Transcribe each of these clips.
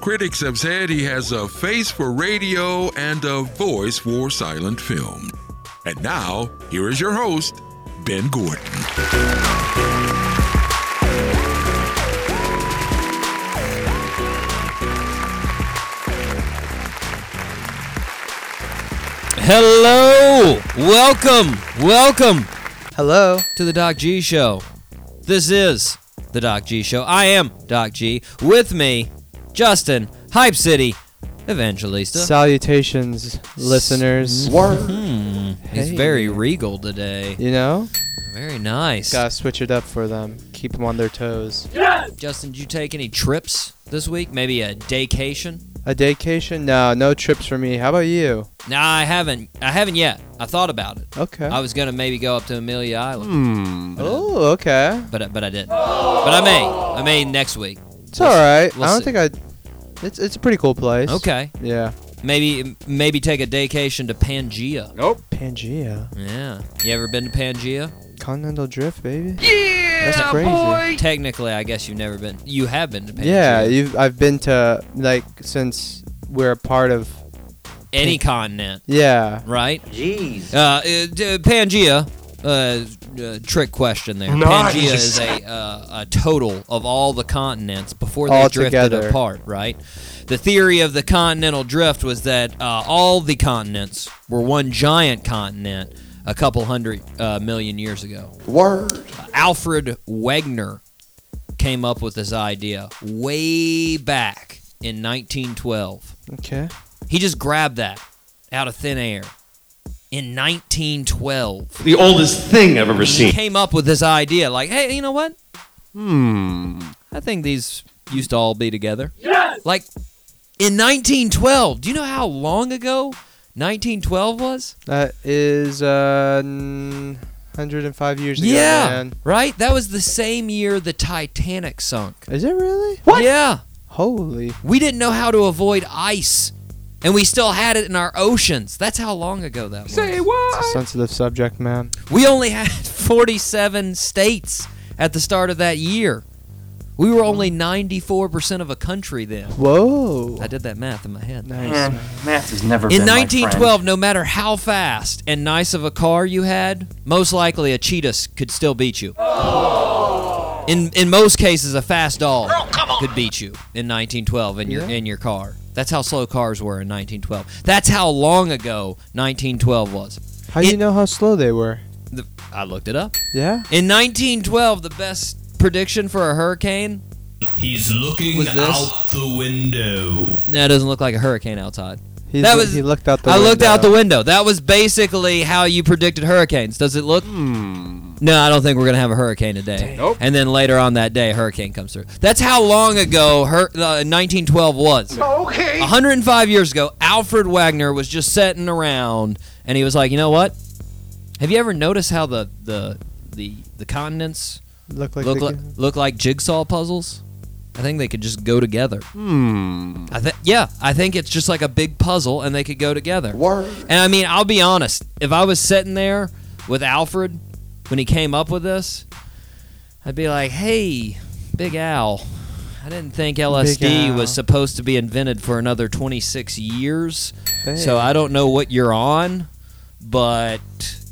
critics have said he has a face for radio and a voice for silent film. And now, here is your host, Ben Gordon. Hello, welcome, welcome Hello. to the Doc G Show. This is the Doc G Show. I am Doc G. With me, Justin, Hype City, Evangelista. Salutations, listeners. Hmm, He's Hey. very regal today. You know? Very nice. Gotta switch it up for them. Keep them on their toes. Justin, did you take any trips this week? Maybe a daycation? A vacation? No, no trips for me. How about you? Nah, I haven't. I haven't yet. I thought about it. Okay. I was gonna maybe go up to Amelia Island, Hmm. Oh, okay. but I- but I didn't. But I may. I may next week. It's alright. we'll I don't see. think I. It's, it's a pretty cool place. Okay. Yeah. Maybe maybe take a daycation to Pangea. Pangea. Yeah. You ever been to Pangea? Continental Drift, baby. Yeah! That's crazy. Technically, I guess you've never been. You have been to Pangea. Yeah, you've, I've been to, like, since we're a part of. Any continent, Yeah. right? Jeez. Uh, uh, d- Pangea. Uh, uh, trick question there. Pangea is a uh, a total of all the continents before they All drifted together. apart, right? The theory of the continental drift was that uh, all the continents were one giant continent a couple hundred uh, million years ago. Alfred Wegener came up with this idea way back in 1912. Okay. He just grabbed that out of thin air. In 1912, the oldest thing I've ever he seen. came up with this idea like, hey, you know what? Hmm. I think these used to all be together. Yes! Like, in 1912, do you know how long ago 1912 was? That is, uh. n- 105 years ago. yeah. Man. Right? That was the same year the Titanic sunk. Is it really? Yeah. Holy. We didn't know how to avoid ice, and we still had it in our oceans. That's how long ago that was. It's a sensitive subject, man. We only had 47 states at the start of that year. We were only 94% of a country then. Whoa. I did that math in my head. Nice. man. Math has never In 1912, no matter how fast and nice of a car you had, most likely a cheetah could still beat you. Oh. In in most cases, a fast dog could beat you in 1912 in your Yeah. in your car. That's how slow cars were in 1912. That's how long ago 1912 was. How do you It- know how slow they were? The, I looked it up. Yeah. In 1912, the best prediction for a hurricane He's looking Was this? out the window. no, it doesn't look like a hurricane outside. He, That lo- was- he looked out the I window. looked out the window. That was basically how you predicted hurricanes. Does it look? No, I don't think we're gonna have a hurricane today. Hmm. Nope. And then later on that day, a hurricane comes through. That's how long ago hur- uh, 1912 was. Okay. 105 years ago, Alfred Wagner was just sitting around, and he was like, you know what? Have you ever noticed how the the the, the continents Look like look the- like look like jigsaw puzzles? I think they could just go together. Hmm. I think yeah, I think it's just like a big puzzle, and they could go together. And I mean, I'll be honest. If I was sitting there with Alfred when he came up with this, I'd be like, "Hey, Big Al, I didn't think LSD Al. was supposed to be invented for another 26 years. Hey. So I don't know what you're on, but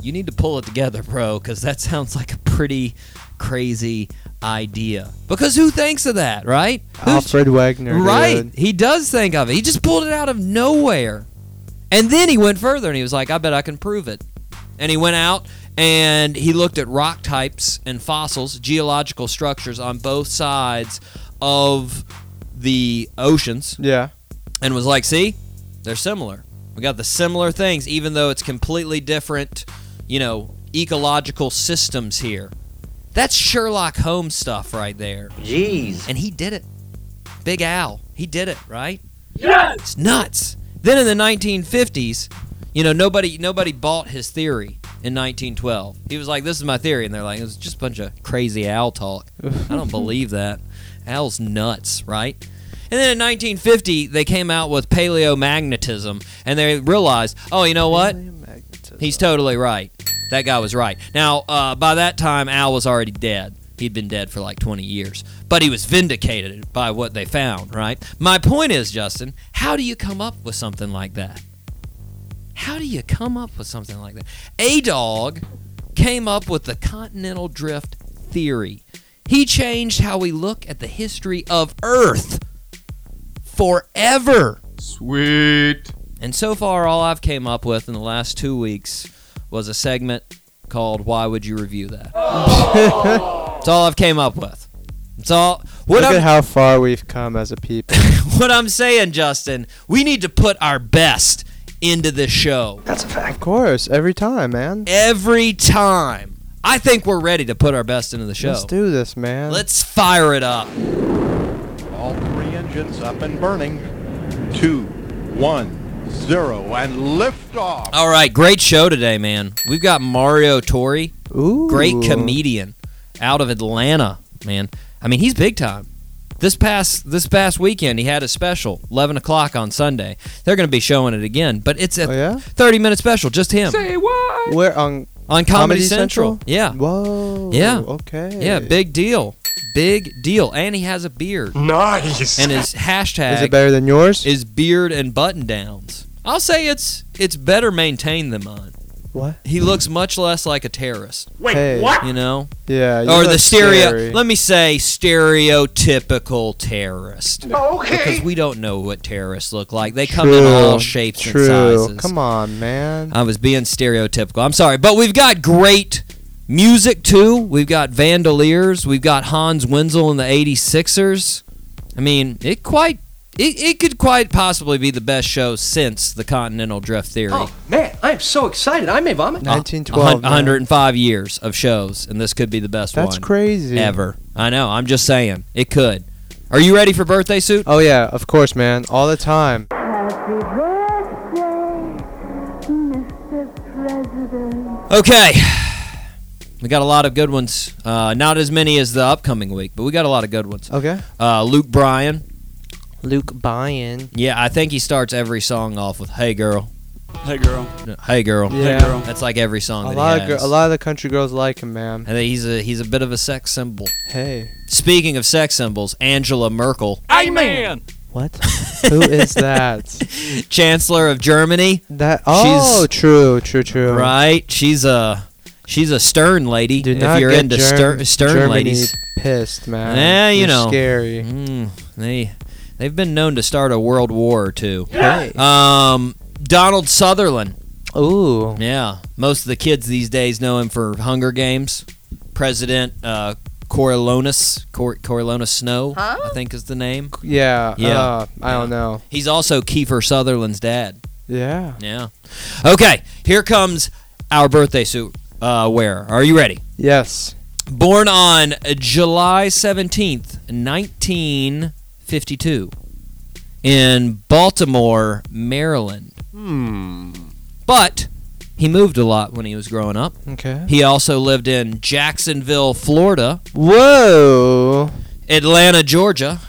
you need to pull it together, bro, cuz that sounds like a pretty crazy idea. Because who thinks of that, right? Who's- Alfred Wagner. Right. dude. He does think of it. He just pulled it out of nowhere. And then he went further and he was like, I bet I can prove it. And he went out and he looked at rock types and fossils, geological structures on both sides of the oceans, Yeah. and was like, see, they're similar. We got the similar things, even though it's completely different, you know, ecological systems here. That's Sherlock Holmes stuff right there. Jeez. And he did it. Big Al. He did it, right? Yes! It's nuts. Then in the 1950s, you know, nobody nobody bought his theory in 1912. He was like, this is my theory. And they're like, it's just a bunch of crazy Al talk. I don't believe that. Al's nuts, right? And then in 1950, they came out with paleomagnetism, and they realized, oh, you know what? He's totally right. That guy was right. Now, uh, by that time, Al was already dead. He'd been dead for like 20 years. but he was vindicated by what they found, right? My point is, Justin, how do you come up with something like that? How do you come up with something like that? A dog came up with the continental drift theory. He changed how we look at the history of Earth forever. Sweet. And so far, all I've came up with in the last two weeks was a segment called "Why Would You Review That." That's all I've came up with. It's all what Look at I'm, how far we've come as a people. what I'm saying, Justin. We need to put our best into this show of course, every time, man. every time. I think we're ready to put our best into the show. Let's do this, man. Let's fire it up. All three engines up and burning. Two, one, zero, and liftoff. All right, great show today, man. We've got Mario Tori, Ooh. great comedian out of Atlanta, man. I mean, he's big time. This past this past weekend, he had a special, eleven o'clock on Sunday. They're going to be showing it again, but it's a Oh, yeah? thirty minute special, just him We're on on Comedy, Comedy Central. Central? Yeah, Whoa. Ah. Yeah. Okay. yeah, big deal, big deal. And he has a beard, Nice. and his hashtag Is it better than yours? is beard and button downs. I'll say it's it's better maintained than mine. What? He looks much less like a terrorist, Wait, Hey. what? you know, Yeah. you or look the stereo. scary. Let me say stereotypical terrorist. Okay. Because we don't know what terrorists look like. They come in all True, shapes True. and sizes. Come on, man. I was being stereotypical. I'm sorry, but we've got great music too. We've got Vandaliers. We've got Hans Wenzel and the 86ers. I mean, it quite it, it could quite possibly be the best show since the Continental Drift Theory. Oh, man, I am so excited. I may vomit. 1912. Ah, A hun- 105 years of shows, and this could be the best man. That's one crazy. ever. I know. I'm just saying, it could. Are you ready for birthday suit? Oh yeah, of course, man. All the time. Happy birthday, Mr. President. Okay. We got a lot of good ones. Uh, not as many as the upcoming week, but we got a lot of good ones. Okay. Uh, Luke Bryan, Luke Bryan. Yeah, I think he starts every song off with "Hey girl, Hey girl. hey girl." Yeah. girl. That's like every song A that lot he of has. gir- a lot of the country girls like him, man. And he's a he's a bit of a sex symbol. Hey. Speaking of sex symbols, Angela Merkel, Amen. What? Who is that? Chancellor of Germany, That oh, true, true, true. right? She's a she's a stern lady. Do if not you're get into Germ- stern, stern Germany ladies, pissed, man. Eh, you They're know. scary. Mm, they they've been known to start a world war or two. Hey. Um, Donald Sutherland. Ooh. Yeah, most of the kids these days know him for Hunger Games. President uh, Coriolanus, Cor- Coriolanus Snow, I think is the name. Yeah. Yeah. uh, I don't know. He's also Kiefer Sutherland's dad. Yeah. Yeah. Okay, here comes our birthday suit uh, wearer. Are you ready? Yes. Born on July 17th, 1952, in Baltimore, Maryland. But he moved a lot when he was growing up. Okay. He also lived in Jacksonville, Florida, Whoa. Atlanta, Georgia,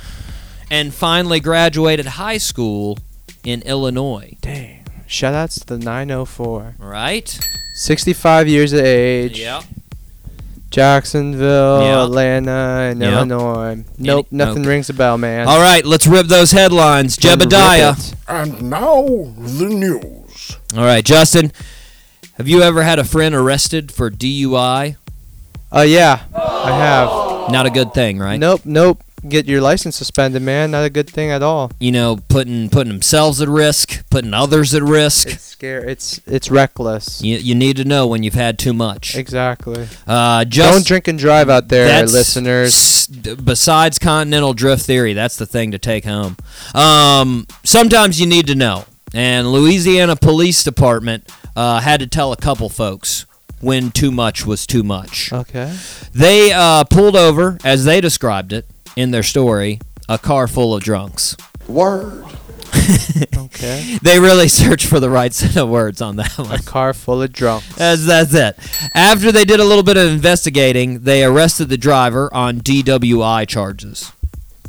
and finally graduated high school in Illinois. Dang. Shoutouts to the 904. Right? 65 years of age. Yeah. Jacksonville, Yeah. Atlanta, and Yeah. Illinois. Nope, nothing okay. rings a bell, man. All right, let's rip those headlines. Rip Oh, Jebediah. it. And now the news. All right, Justin, have you ever had a friend arrested for DUI? Oh yeah, I have. Not a good thing, right? Nope, nope. Get your license suspended, man. Not a good thing at all. You know, putting putting themselves at risk, putting others at risk. It's scary. It's it's reckless. You, you need to know when you've had too much. Exactly. Uh, just, Don't drink and drive out there, That's- listeners. s- Besides continental drift theory, that's the thing to take home. Um, sometimes you need to know. And Louisiana Police Department uh, had to tell a couple folks when too much was too much. Okay. They uh, pulled over, as they described it in their story, a car full of drunks. Word. Okay. They really searched for the right set of words on that one. A car full of drunks. That's, that's it. After they did a little bit of investigating, they arrested the driver on DWI charges.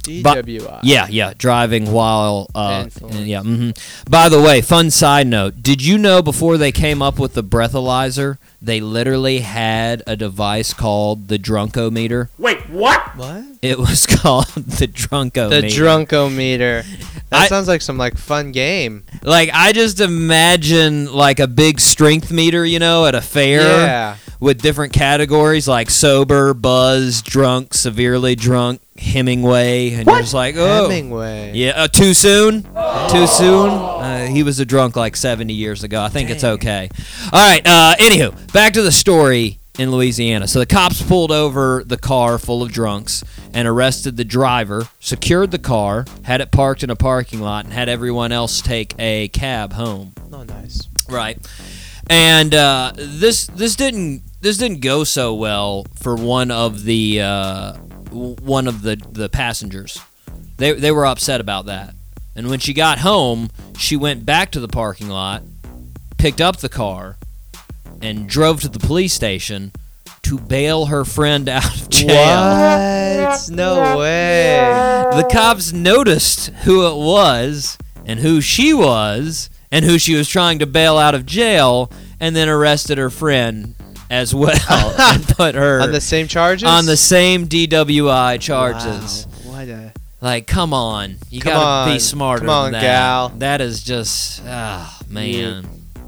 DWI. Yeah, yeah, driving while. Uh, Painful. yeah. hmm By the way, fun side note: Did you know before they came up with the breathalyzer they literally had a device called the drunkometer. What? It was called the drunkometer. The drunkometer. That I- sounds like some like fun game. Like I just imagine like a big strength meter, you know, at a fair Yeah. with different categories like sober, buzz, drunk, severely drunk, Hemingway, and you're just like, oh, Hemingway. yeah, uh, too soon, too soon. Uh, he was a drunk like 70 years ago. I think it's okay. All right. Uh, anywho, back to the story in Louisiana. So the cops pulled over the car full of drunks and arrested the driver, secured the car, had it parked in a parking lot, and had everyone else take a cab home. Oh, nice. Right. And uh, this this didn't this didn't go so well for one of the uh, w- one of the, the passengers. They they were upset about that. And when she got home, she went back to the parking lot, picked up the car, and drove to the police station to bail her friend out of jail. What? No way. The cops noticed who it was and who she was and who she was trying to bail out of jail and then arrested her friend as well and put her Oh. On the same charges? on the same DWI charges. Wow, what a Like, come on. You Come gotta be on. smarter Come on, than that. gal. That is just, ah, man.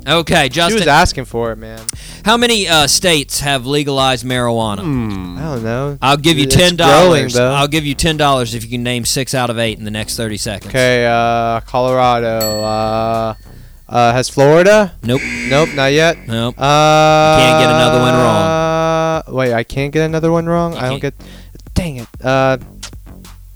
Okay, She was Justin, asking for it, man. how many uh, states have legalized marijuana? I don't know. I'll give you Hmm. It's ten growing, dollars. though. I'll give you ten dollars if you can name six out of eight in the next thirty seconds. Okay, uh, Colorado. Uh, uh, has Florida? Nope. Nope, not yet. Nope. Uh, Can't get another one wrong. Uh, wait, I can't get another one wrong. You I don't get. Dang it. Uh,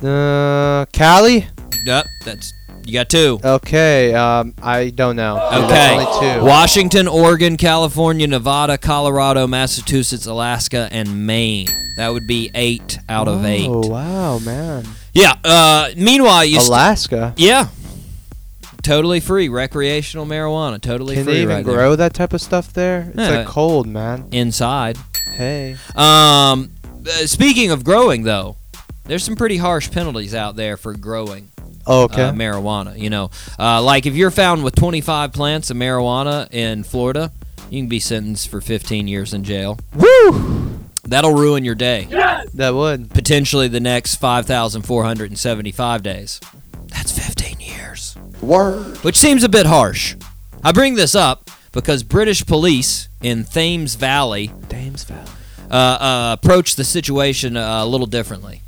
uh, Cali. Yep. That's you got two. Okay. Um, I don't know. There's Okay. Only two. Washington, Oregon, California, Nevada, Colorado, Massachusetts, Alaska, and Maine. That would be eight out of eight. Oh wow, man. Yeah. Uh, meanwhile, you. st- Alaska. yeah. Totally free recreational marijuana. Totally Can free they even right there. grow that type of stuff there? It's Yeah. like cold, man. inside. Hey. Um, uh, speaking of growing, though, there's some pretty harsh penalties out there for growing. Okay. uh, marijuana. You know, uh, like if you're found with 25 plants of marijuana in Florida, you can be sentenced for 15 years in jail. Woo! That'll ruin your day. That would. Potentially the next 5,475 days. That's 15 years. Word. Which seems a bit harsh. I bring this up because British police in Thames Valley Dames Valley. uh, uh, approached the situation uh, a little differently.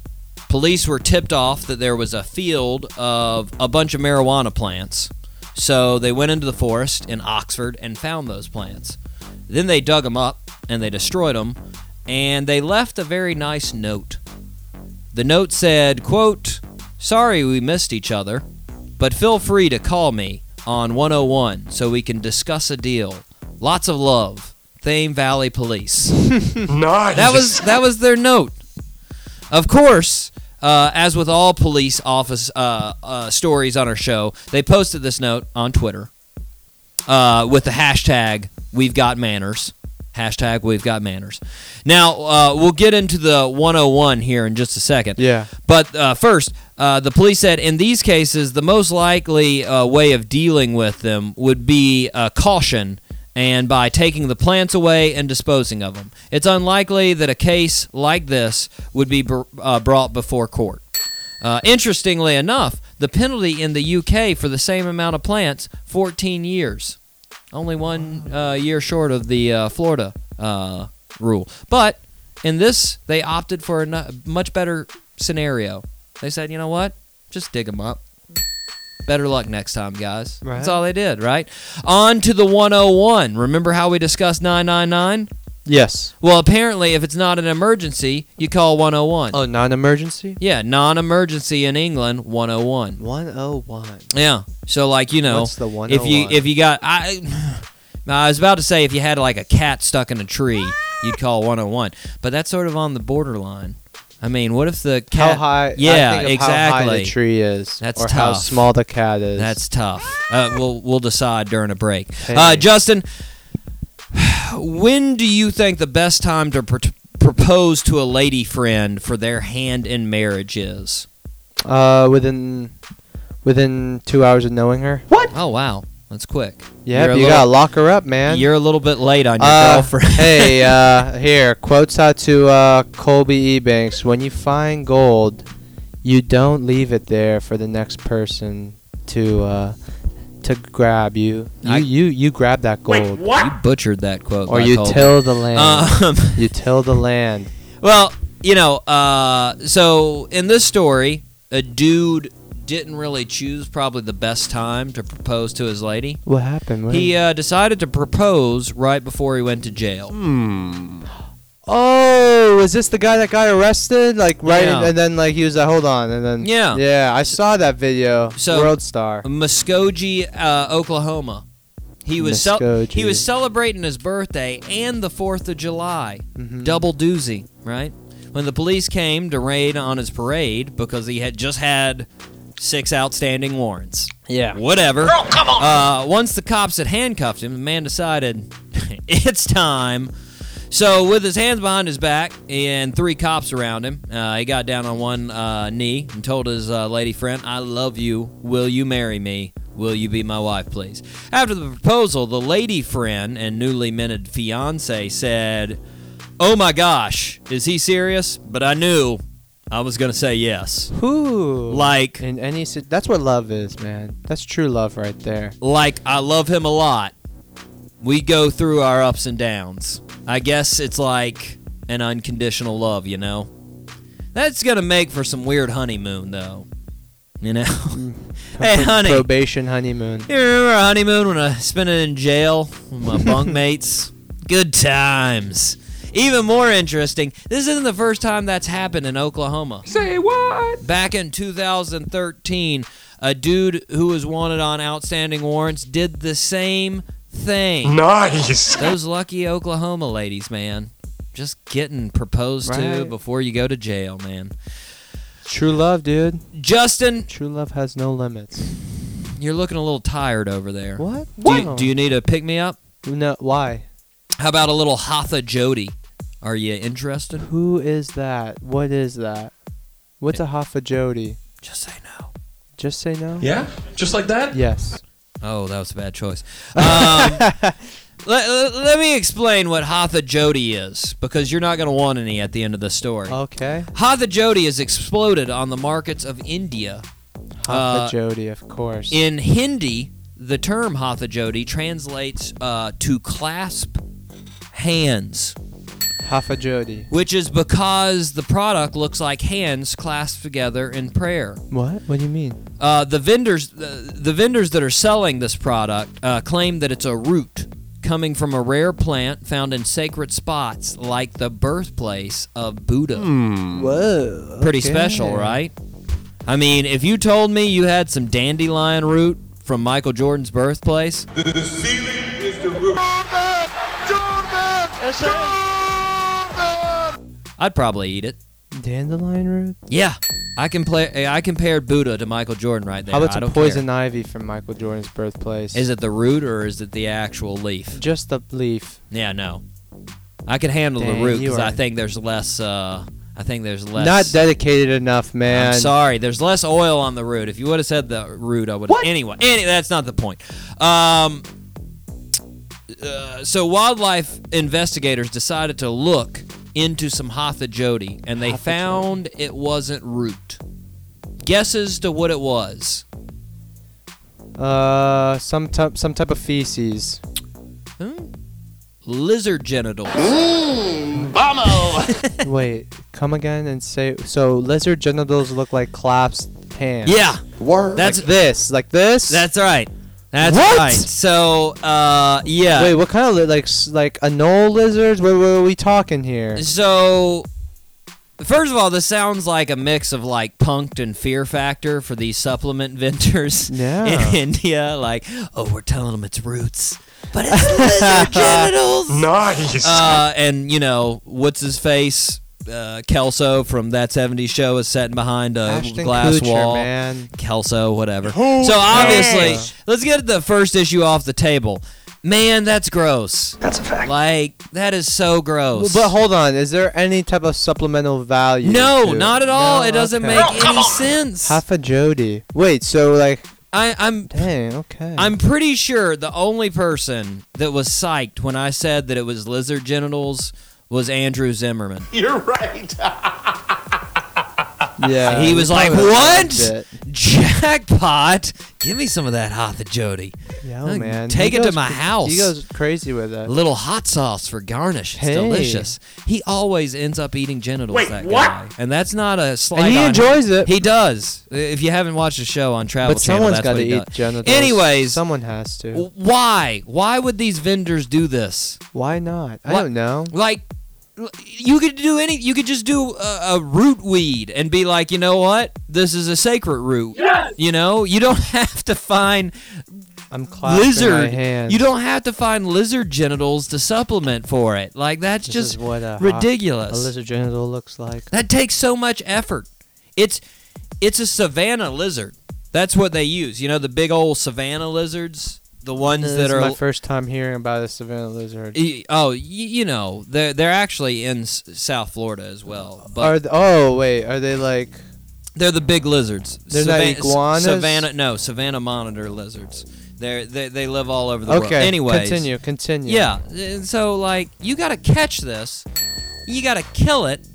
Police were tipped off that there was a field of a bunch of marijuana plants, so they went into the forest in Oxford and found those plants. Then they dug them up and they destroyed them, and they left a very nice note. The note said, "Quote: Sorry we missed each other, but feel free to call me on 101 so we can discuss a deal. Lots of love, Thame Valley Police." Nice. That was that was their note. Of course, uh, as with all police office uh, uh, stories on our show, they posted this note on Twitter uh, with the hashtag "We've Got Manners." Hashtag We've Got Manners. Now uh, we'll get into the 101 here in just a second. Yeah. But uh, first, uh, the police said in these cases, the most likely uh, way of dealing with them would be uh, caution and by taking the plants away and disposing of them. It's unlikely that a case like this would be br- uh, brought before court. Uh, interestingly enough, the penalty in the UK for the same amount of plants, 14 years. Only one uh, year short of the uh, Florida uh, rule. But in this, they opted for a nu- much better scenario. They said, you know what? Just dig them up. Better luck next time, guys. That's Right. all they did, right? On to the 101. Remember how we discussed 999? Yes. Well, apparently, if it's not an emergency, you call 101. Oh, non-emergency. Yeah, non-emergency in England 101. 101. Yeah. So like, you know, What's the if you 101? if you got I now, I was about to say if you had like a cat stuck in a tree, you'd call 101, but that's sort of on the borderline. I mean, what if the How cat high? I Yeah, think of exactly. How high the tree is. That's or how tough. small the cat is. That's tough. Uh, we'll we'll decide during a break. Uh, Hey. Justin, when do you think the best time to pr- propose to a lady friend for their hand in marriage is? uh, within within two hours of knowing her. Oh wow, That's quick. Yeah, You're but a you little- gotta lock her up, man. You're a little bit late on your Uh, girlfriend. hey, uh, here. Quotes out to uh, Colby Ebanks. When you find gold, you don't leave it there for the next person to uh, to grab. You you I- you, you grab that gold, you butchered that quote. or by you Colby. till the land. Um, you till the land. Well, you know, uh, so in this story, a dude didn't really choose probably the best time to propose to his lady. What happened? What He uh, decided to propose right before he went to jail. Hmm. uh, Oh, is this the guy that got arrested? Like right, Yeah. and then like he was like, hold on, and then Yeah. yeah, I saw that video. So- World star. Muskogee, uh, Oklahoma. He was cel- he Muskogee. was celebrating his birthday and the Fourth of July, Mm-hmm. double doozy, right? When the police came to raid on his parade because he had just had six outstanding warrants. Yeah. Whatever. Girl, come on. Uh, once the cops had handcuffed him, the man decided it's time. So, with his hands behind his back and three cops around him, uh, he got down on one uh, knee and told his uh, lady friend, I love you. Will you marry me? Will you be my wife, please? After the proposal, the lady friend and newly minted fiance said, Oh my gosh, is he serious? But I knew I was going to say yes. Who? Like, In any, si- that's what love is, man. That's true love right there. like I love him a lot. We go through our ups and downs. I guess it's like an unconditional love, you know. That's gonna make for some weird honeymoon, though. You know. hey, honey, you Probation honeymoon. remember our honeymoon when I spent it in jail with my bunk mates? Good times. Even more interesting, this isn't the first time that's happened in Oklahoma. Say what? Back in 2013, a dude who was wanted on outstanding warrants did the same thing. Nice. Those lucky Oklahoma ladies, man. Just getting proposed to Right. before you go to jail, man. True love, dude. Justin, True love has no limits. you're looking a little tired over there. What? Do you, do you need a pick me up? No. Why? How about a little Hatha Jody? Are you interested? Who is that? What is that? What's a Hoffa Jody? Just say no. Just say no. Yeah? Just like that? Yes. Oh, that was a bad choice. Um, let, let- let me explain what Hatha Jody is, because you're not going to want any at the end of the story. Okay. Hatha Jodi has exploded on the markets of India. Hoffa Uh, Jody, of course. In Hindi, the term Hatha Jodi translates uh, to clasp hands, Hoffa Jody. which is because the product looks like hands clasped together in prayer. What? What do you mean? Uh, the vendors, the, the vendors that are selling this product, uh, claim that it's a root coming from a rare plant found in sacred spots like the birthplace of Buddha. Hmm. Whoa. Pretty special, right? I mean, if you told me you had some dandelion root from Michael Jordan's birthplace, I'd probably eat it. Dandelion root. Yeah, I can play. I compared Buddha to Michael Jordan right there. How about I some don't poison care. ivy from Michael Jordan's birthplace? Is it the root or is it the actual leaf? just the leaf? Yeah, no. I can handle Dang, the root you because I are- think there's less. Uh, I think there's less. Not dedicated enough, man. I'm sorry. There's less oil on the root. If you would have said the root, I would. Anyway, any, that's not the point. Um, uh, so wildlife investigators decided to look into some Hatha Jodi, and they found it wasn't root. Guesses to what it was? Uh, some type, some type of feces. Hmm? Lizard genitals. Wait, come again and say. So lizard genitals look like clasped hands. Yeah, Word. that's This, like this. that's right. That's What? right. So, uh, yeah. Wait, what kind of li- like s- like anole lizards? What, what are we talking here? So, first of all, this sounds like a mix of like punked and Fear Factor for these supplement vendors Yeah. in India. Like, oh, we're telling them it's roots, but it's lizard genitals. Nice. Uh, and you know what's his face? Uh, Kelso from that '70s show is sitting behind a Ashton glass Kutcher, wall. man. Kelso, whatever. so obviously, let's get the first issue off the table. Man, that's gross. That's a fact. Like that is so gross. But hold on, is there any type of supplemental value? No, to not at all. No, it doesn't okay. make any sense. Half a Jody. Wait, so like I, I'm Dang. Okay. I'm pretty sure the only person that was psyched when I said that it was lizard genitals was Andrew Zimmerman. You're right. Yeah. he was like, probably "What? loved it. Jackpot! Give me some of that hot Jody. Yeah, Uh, man. take He it to goes my cra- house. He goes crazy with it. A little hot sauce for garnish. It's Hey. delicious. He always ends up eating genitals. Wait, that what? guy, and that's not a slight. And he on- enjoys it. He does. If you haven't watched the show on Travel but Channel, someone's that's got what to he eat does. genitals. Anyways, someone has to. why? Why would these vendors do this? Why not? I What- don't know. like l- you could do any you could just do a, a root weed and be like you know what this is a sacred root you know you don't have to find I'm clasping my lizard hands. you don't have to find lizard genitals to supplement for it like that's This is just what a, ridiculous A lizard genital looks like. that takes so much effort it's it's a savannah lizard that's what they use you know the big old savannah lizards the ones This that is are my first time hearing about a savannah lizard. Y- Oh, y- you know they're they're actually in S- South Florida as well, but Are th- oh wait, are they like? they're the big lizards. They're not Savan- s- iguanas? Savannah, no, savannah monitor lizards. They're, they they live all over the world. Okay. Anyways, continue. Continue. Yeah, and so like you gotta catch this, you gotta kill it,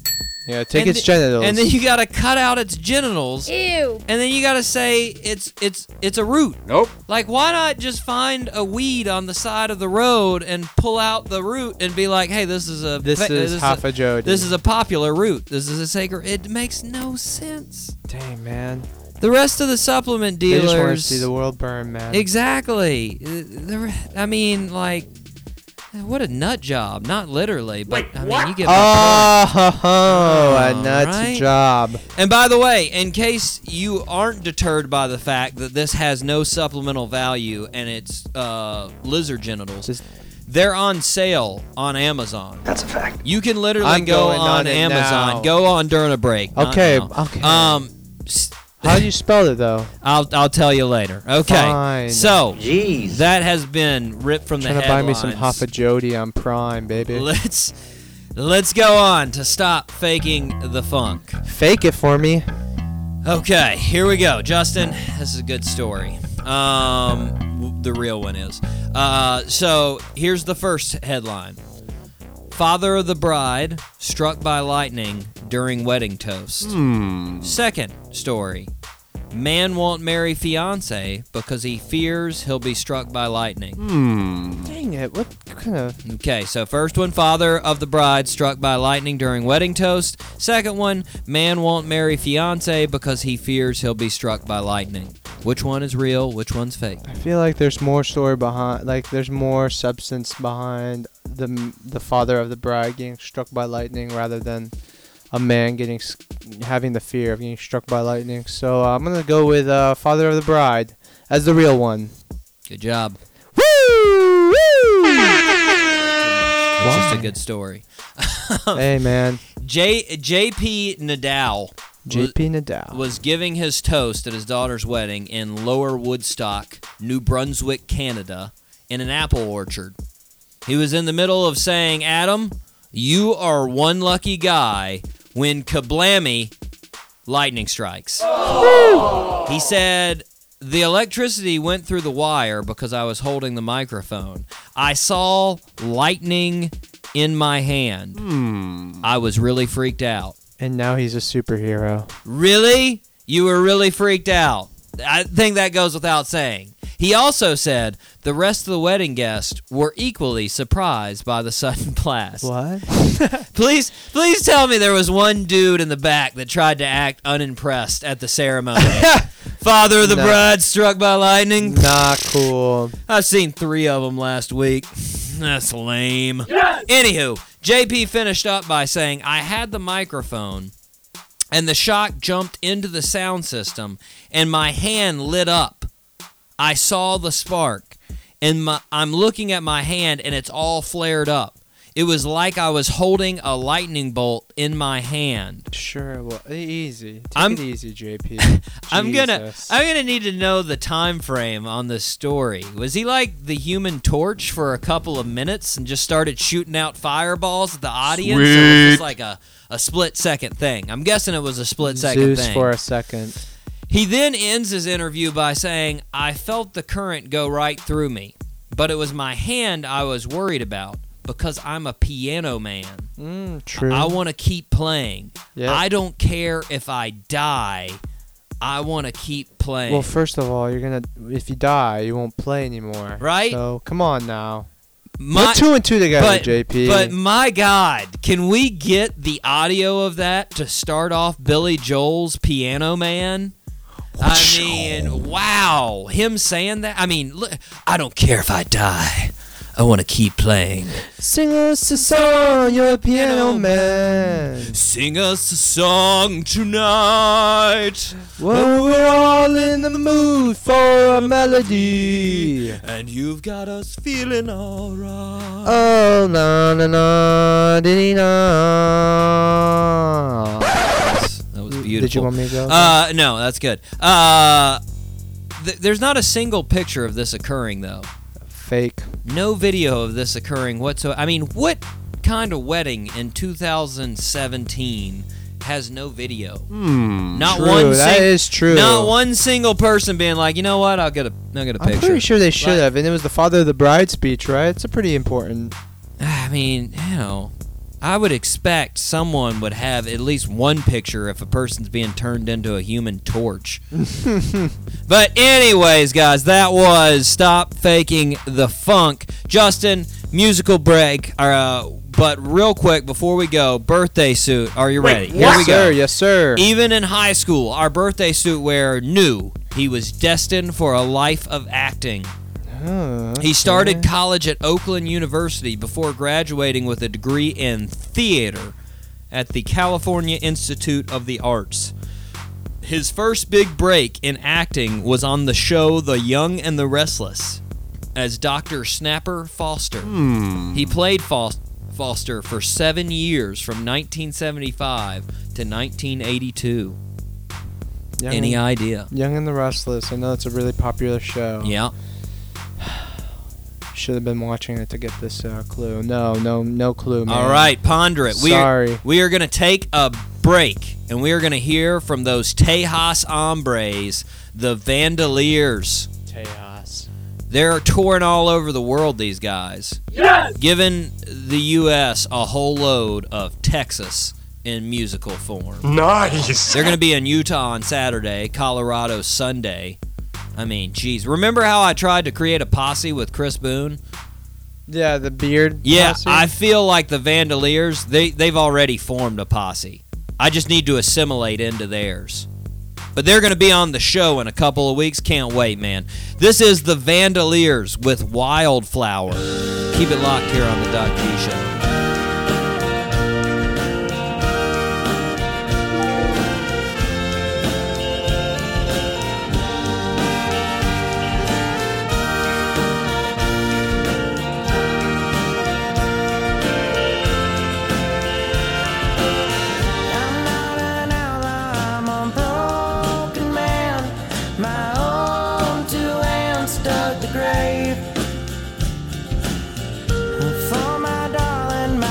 Yeah. Take and its the- genitals. and then you gotta cut out its genitals, and Ew. then you gotta say it's it's it's a root. Nope. Like, why not just find a weed on the side of the road and pull out the root and be like, "Hey, this is a this fa- is half a jody. this is a popular root. This is a sacred. It makes no sense. Dang man. The rest of the supplement They dealers. just want to see the world burn, man. exactly. Uh, the re- I mean, like, what a nut job. Not literally, but Wait, I mean, what? you get. my Oh, ho, ho, a Oh, nuts right. job. point. And by the way, in case you aren't deterred by the fact that this has no supplemental value and it's uh, lizard genitals, Just- they're on sale on Amazon. That's a fact. You can literally I'm go going on it Amazon. now. Go on during a break. not Okay, now. okay. Um. s- How do you spell it though? I'll I'll tell you later. Okay. Fine. So, that has been ripped from the Trying to buy me headlines. some Hoffa Jody on Prime, baby. Let's let's go on to stop faking the funk. Fake it for me. Okay, here we go, Justin. This is a good story. Um, w- the real one is. Uh, so here's the first headline: Father of the bride struck by lightning during wedding toast. Second story: Man won't marry fiance because he fears he'll be struck by lightning. Dang it! What kind of? Okay, so first one, father of the bride struck by lightning during wedding toast. Second one, man won't marry fiance because he fears he'll be struck by lightning. Which one is real? Which one's fake? I feel like there's more story behind. Like there's more substance behind the the father of the bride getting struck by lightning rather than a man getting s- having the fear of getting struck by lightning. So uh, I'm gonna go with uh, father of the bride as the real one. Good job. Woo! Woo! It's just a good story. hey man, J JP Nadal JP Nadal. was giving his toast at his daughter's wedding in Lower Woodstock, New Brunswick, Canada, in an apple orchard. He was in the middle of saying, Adam, you are one lucky guy when kablammy lightning strikes. He said, The electricity went through the wire because I was holding the microphone. I saw lightning in my hand. I was really freaked out. and now he's a superhero. Really? You were really freaked out. I think that goes without saying. He also said the rest of the wedding guests were equally surprised by the sudden blast. What? Please, please tell me there was one dude in the back that tried to act unimpressed at the ceremony. Father of the No. bride struck by lightning. Not cool. I've seen three of them last week. That's lame. Anywho, JP finished up by saying, I had the microphone and the shock jumped into the sound system and my hand lit up. I saw the spark and my, I'm looking at my hand and it's all flared up. It was like I was holding a lightning bolt in my hand. Sure. Well, e- easy. Take I'm- it easy, JP. I'm gonna Jesus. I'm gonna need to know the time frame on this story. Was he like the human torch for a couple of minutes and just started shooting out fireballs at the audience? Or was this Sweet. like a, a split second thing? I'm guessing it was a split second Zeus thing. for a second. He then ends his interview by saying, I felt the current go right through me, but it was my hand I was worried about because I'm a piano man. Mm, true. I want to keep playing. Yeah. I don't care if I die. I want to keep playing. well, first of all, you're gonna if you die, you won't play anymore. Right? So come on now. my, Put two and two together, but, JP. but my God, can we get the audio of that to start off Billy Joel's Piano Man? I mean, wow, him saying that. I mean, look, I don't care if I die. I want to keep playing. Sing us a song, you're a piano man. Sing us a song tonight, Well, we're all in the mood for a melody. and you've got us feeling alright. Oh, na na na, diddy na. That was beautiful. Did you want me to go? Uh, no, that's good. Uh, th- there's not a single picture of this occurring, though. Fake. No video of this occurring whatsoever. I mean, what kind of wedding in 2017 has no video? Hmm. Not True, one. that sing- is true. Not one single person being like, you know what? I'll get a. I'll get a I'm picture. pretty sure they should Like- have, and it was the father of the bride speech, right? It's a pretty important. I mean, you know, I would expect someone would have at least one picture if a person's being turned into a human torch. but, anyways, guys, that was Stop Faking the Funk. Justin, musical break. Uh, but, real quick, before we go, birthday suit. Are you ready? Here yes, we sir. go. E Yes, sir. Even in high school, our birthday suit wearer knew he was destined for a life of acting. Oh, He started college at Oakland University before graduating with a degree in theater at the California Institute of the Arts. His first big break in acting was on the show The Young and the Restless as Dr. Snapper Foster. He played Fos- Foster for seven years from 1975 to 1982. young, Any and, idea? young and the Restless. I know it's a really popular show. Yeah. Should have been watching it to get this uh, clue. No, no, no clue, man. All right, ponder it. We Sorry. Are, we are going to take a break, and we are going to hear from those Tejas Hombres, the Vandaliers. Chaos. They're touring all over the world, these guys. Yes! Giving the U.S. a whole load of Texas in musical form. Nice. They're going to be in Utah on Saturday, Colorado Sunday. I mean, geez. Remember how I tried to create a posse with Chris Boone? Yeah, the beard. Yeah, posse? I feel like the Vandaliers, they, they've already formed a posse. I just need to assimilate into theirs. But they're going to be on the show in a couple of weeks. Can't wait, man. This is the Vandaliers with Wildflower. Keep it locked here on the Doc G Show. For my darling,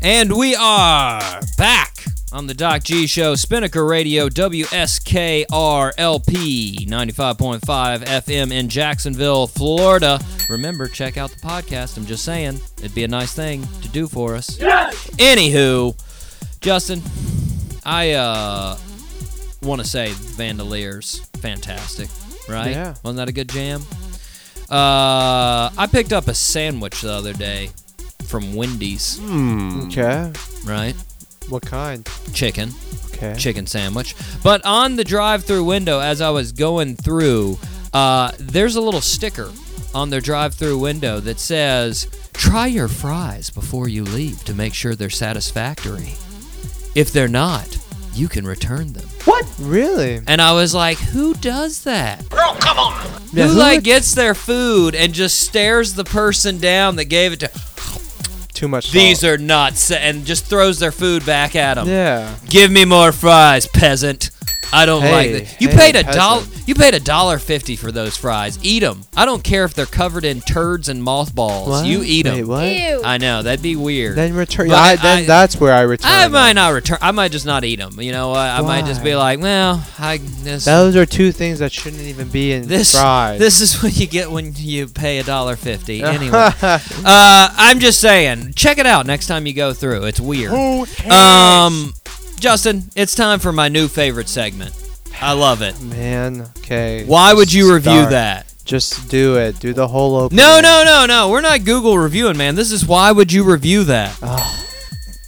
And we are back on the Doc G Show, Spinnaker Radio, WSKRLP 95.5 FM in Jacksonville, Florida. Remember, check out the podcast. I'm just saying, it'd be a nice thing to do for us. Anywho, Justin, I uh, want to say Vandaliers, fantastic, right? Yeah. Wasn't that a good jam? Uh, I picked up a sandwich the other day from Wendy's, Okay. right? What kind? Chicken, Okay. chicken sandwich. But on the drive-through window, as I was going through, uh, there's a little sticker on their drive-through window that says, "Try your fries before you leave to make sure they're satisfactory. If they're not, you can return them." Really? And I was like, "Who does that?" Yeah, who, who like would- gets their food and just stares the person down that gave it to? Too much. These um, are not sa- and just throws their food back at them. Yeah. Give me more fries, peasant. I don't like Hey, that. You hey, paid a peasant. dollar. You paid a dollar fifty for those fries. Eat them. I don't care if they're covered in turds and mothballs. You eat them. Wait, what? Ew. I know that'd be weird. Then return. But I, then I- that's where I return. I them. might not return. I might just not eat them. You know, I, I might just be Why? like, well, I this Those are two things that shouldn't even be in this fries. this is what you get when you pay a dollar fifty. Anyway, uh, I'm just saying, check it out next time you go through. It's weird. Um, Justin, it's time for my new favorite segment. I love it. Man, okay. Why would just you review start. that? Just do it. Do the whole open. No, no, no, no. We're not Google reviewing, man. This is why would you review that?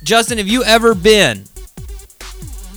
Justin, have you ever been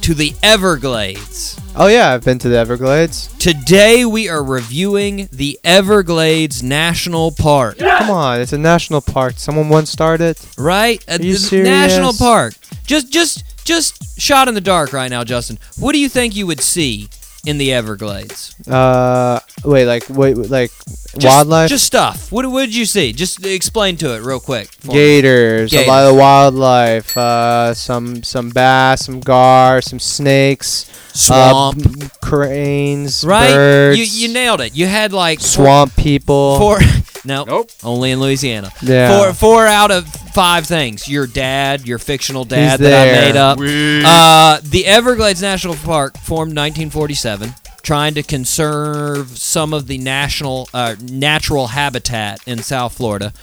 to the Everglades? Oh yeah, I've been to the Everglades. Today we are reviewing the Everglades National Park, Come on, it's a national park. Someone once started. right? At you the serious? National Park. Just just just shot in the dark right now, Justin. What do you think you would see in the Everglades? Uh, wait, like wait, like Just- wildlife. Just stuff. What what did you see? Just explain to it real quick. for me. Gators, a lot Gators. of wildlife, uh, some some bass, some gar, some snakes, uh, Swamp. p- cranes, right? birds, You you nailed it. You had like swamp people. Four. No. Nope. Only in Louisiana. Yeah. Four. Four out of five things. Your dad. Your fictional dad He's that I there. made up. Uh, the Everglades National Park formed 1947, trying to conserve some of the national uh, natural habitat in South Florida.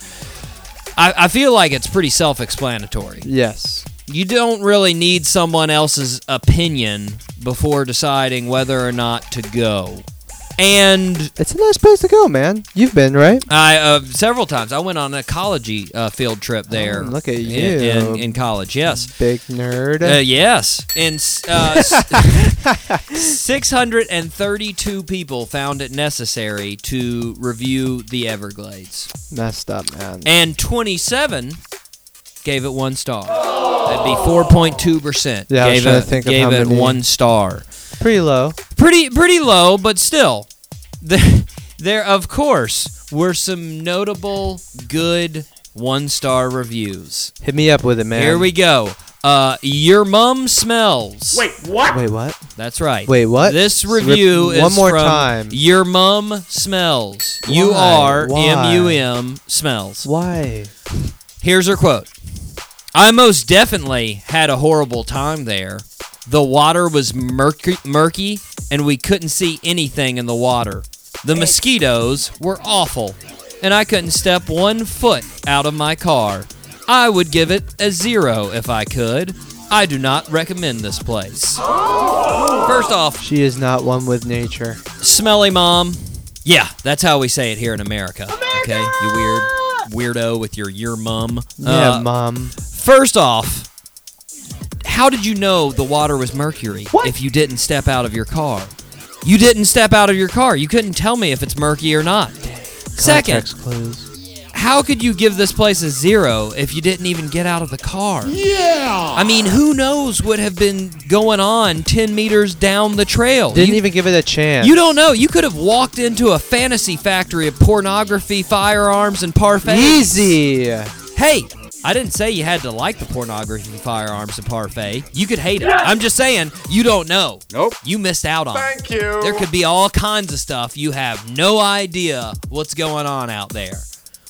I, I feel like it's pretty self-explanatory Yes. you don't really need someone else's opinion before deciding whether or not to go. And It's a nice place to go, man. You've been, right? I uh, several times I went on an ecology uh, field trip there. Oh, look at in- you. in, in college. Yes. Big nerd. Uh, yes, and s- uh, s- 632 people found it necessary to review the Everglades, Messed up, man. and 27 gave it one star. That'd be 4.2 percent. Yeah, I was gave trying it, to think of gave how it many. one star. Pretty low. pretty pretty low, but still, there, there of course were some notable good one star reviews. Hit me up with it, man. Here we go. Uh, your mum smells. Wait, Wait, what? that's right. Wait, what? This S- review rep- is one more from time. Your mum smells. U Why? R M U M smells. Why? Here's her quote I most definitely had a horrible time there. The water was murky, murky, and we couldn't see anything in the water. The mosquitoes were awful, and I couldn't step one foot out of my car. I would give it a zero if I could. I do not recommend this place. First off, She is not one with nature. smelly mom. Yeah, that's how we say it here in America. Okay, you weird weirdo with your your mum. yeah, Uh, mom. First off, how did you know the water was mercury if you didn't step out of your car? You didn't step out of your car. You couldn't tell me if it's murky or not. Second, Context clues. how could you give this place a zero if you didn't even get out of the car? Yeah. I mean, who knows what have been going on 10 meters down the trail? Didn't You- even give it a chance. you don't know. You could have walked into a fantasy factory of pornography, firearms, and parfaits. Easy. Hey, I didn't say you had to like the pornography, firearms, and parfait. You could hate it. I'm just saying you don't know. Nope. You missed out on. it. Thank you. There could be all kinds of stuff. You have no idea what's going on out there.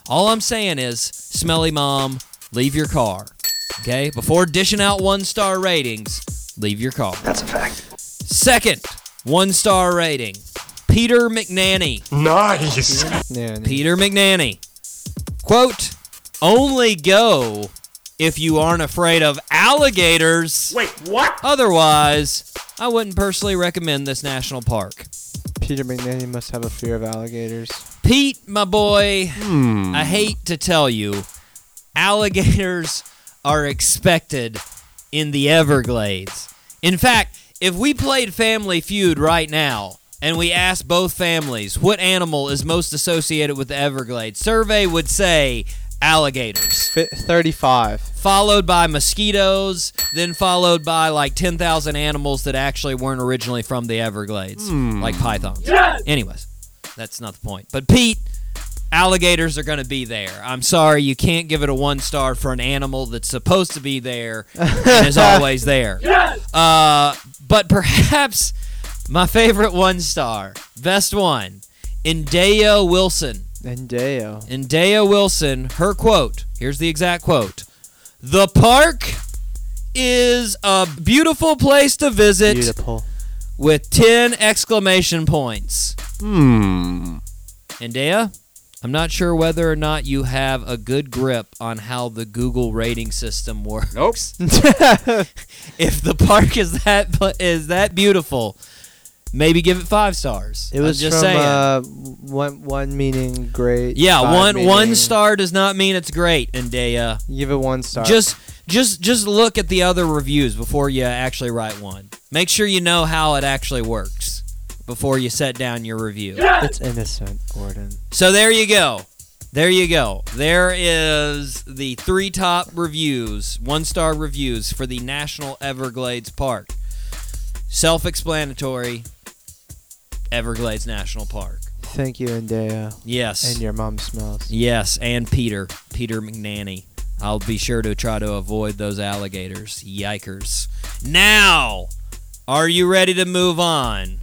All I'm saying is, smelly mom, leave your car. Okay? Before dishing out one star ratings, leave your car. That's a fact. Second, one star rating Peter McNanny. Nice. Yeah, and Peter McNanny. Quote, only go if you aren't afraid of alligators. Wait, what? Otherwise, I wouldn't personally recommend this national park. Peter McNanny must have a fear of alligators. Pete, my boy, I hate to tell you, alligators are expected in the Everglades. In fact, if we played Family Feud right now and we asked both families what animal is most associated with the Everglades, survey would say alligators, Fi 35. followed by mosquitoes, then followed by like 10,000 animals that actually weren't originally from the Everglades, like pythons. Anyways, that's not the point. But Pete, alligators are going to be there. I'm sorry, you can't give it a one star for an animal that's supposed to be there and is always there. Uh, but perhaps my favorite one star, best one, Indeo Wilson. And Deo. Indeo Wilson, her quote, here's the exact quote The park is a beautiful place to visit Beautiful. with 10 exclamation points. Hmm. And Dea, I'm not sure whether or not you have a good grip on how the Google rating system works. Nope. If the park is that pl- is that beautiful, maybe give it 5 stars. It was I'm just from saying. uh, one one meaning great. yeah, five one one meaning- star does not mean it's great, and Dea. Give it one star. Just just just look at the other reviews before you actually write one. Make sure you know how it actually works before you set down your review. it's innocent, Gordon. So there you go. There you go. There is the three top reviews, one star reviews for the National Everglades Park. Self explanatory Everglades National Park. Thank you, and Deo. Yes. And your mom smells. yes, and Peter. Peter McNanny. I'll be sure to try to avoid those alligators. Yikers. Now, are you ready to move on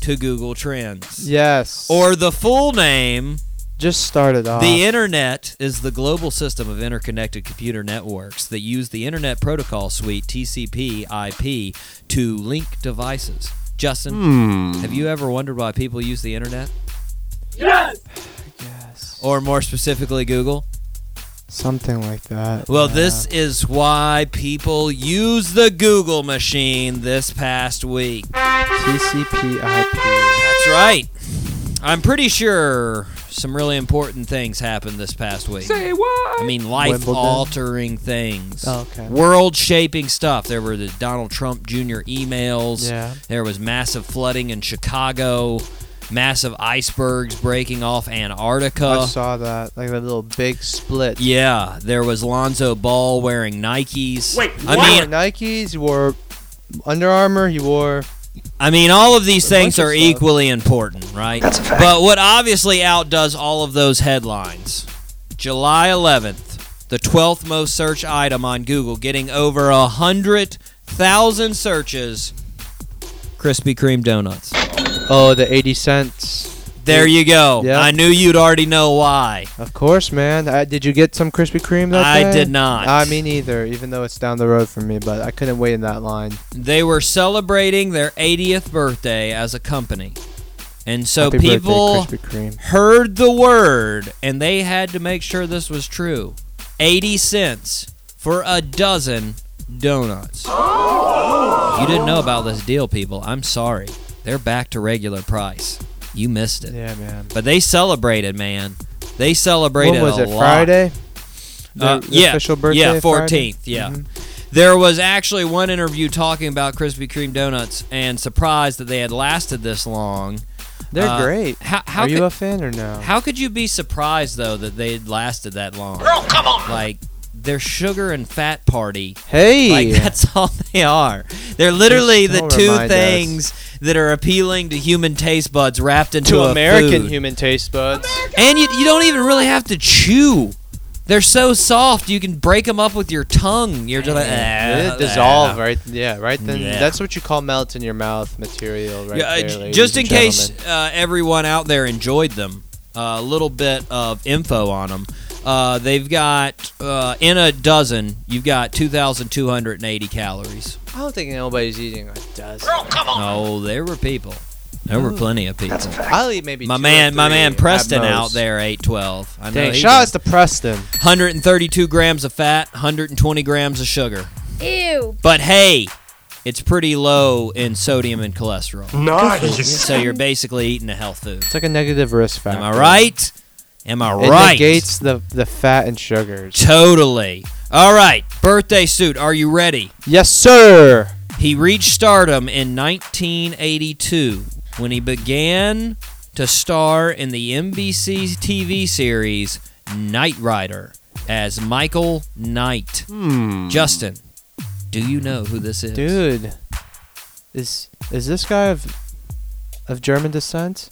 to Google Trends? Yes. Or the full name just start it off. The internet is the global system of interconnected computer networks that use the Internet Protocol Suite (TCP/IP) to link devices. Justin, have you ever wondered why people use the internet, yes. or more specifically, Google? Something like that. Well, yeah. this is why people use the Google machine this past week. TCP/IP. That's right. I'm pretty sure some really important things happened this past week. Say what? I mean, life Wimbledon. altering things. Oh, okay. World shaping stuff. There were the Donald Trump Jr. emails. Yeah. There was massive flooding in Chicago, massive icebergs breaking off I Antarctica. saw that. Like that little big split. Oh. Yeah, there was Lonzo Ball wearing Nikes. Wait, He I wore mean, Nikes. He wore Under Armour. He wore. I mean, all of these bunch things of are stuff. equally important, right? That's a fact. But what obviously outdoes all of those headlines, July 11th, the 12th most searched item on Google, getting over a hundred thousand searches. Krispy Kreme donuts. Oh, the 80 cents. There you go. Yeah. I knew you'd already know why. Of course, man. I, did you get some Krispy Kreme that I day? did not. I mean, either. Even though it's down the road from me, but I couldn't wait in that line. They were celebrating their 80th birthday as a company, and so Happy people. Birthday, Krispy Kreme. heard the word and they had to make sure this was true 80 cents for a dozen donuts you didn't know about this deal people i'm sorry they're back to regular price you missed it Yeah, man. but they celebrated man they celebrated When was a it? lot. Friday. Uh, The- the yeah, official birthday. yeah, Friday? Mm-hmm. 14th. Yeah. There was actually one interview talking about Krispy Kreme donuts and surprised that they had lasted this long. They're Uh, great. How, how Are could- you a fan or no? how could you be surprised though that they had lasted that long? Girl, come on! Like their sugar and fat party, Hey. like that's all they are. They're literally the Don't two remind us. things that are appealing to human taste buds wrapped into to a American food. human taste buds. and you, you don't even really have to chew. They're so soft you can break them up with your tongue. You're just like Did "Ah, it dissolve ah." right? Yeah, right then. Yeah. That's what you call melt in your mouth material, right Yeah, uh, there, j- ladies just in and case gentlemen. uh, everyone out there enjoyed them, a little bit of info on them. Uh, they've got uh, in a dozen. You've got two thousand two hundred and eighty calories. I don't think nobody's eating a dozen. Oh, there were people. There were plenty of people. I'll eat maybe. My two or man, my man three at Preston most. out there ate twelve. I know Dang, he shout did. out to Preston. 132 grams of fat, 120 grams of sugar. Ew. But hey, it's pretty low in sodium and cholesterol. Nice. So you're basically eating a health food. It's like a negative risk factor. Am I right? Am I It right? negates the the fat and sugars. Totally. All right, birthday suit. Are you ready? Yes, sir. He reached stardom in 1982 when he began to star in the NBC TV series Knight Rider as Michael Knight. Justin, do you know who this is? Hmm. Dude, is is this guy of of German descent?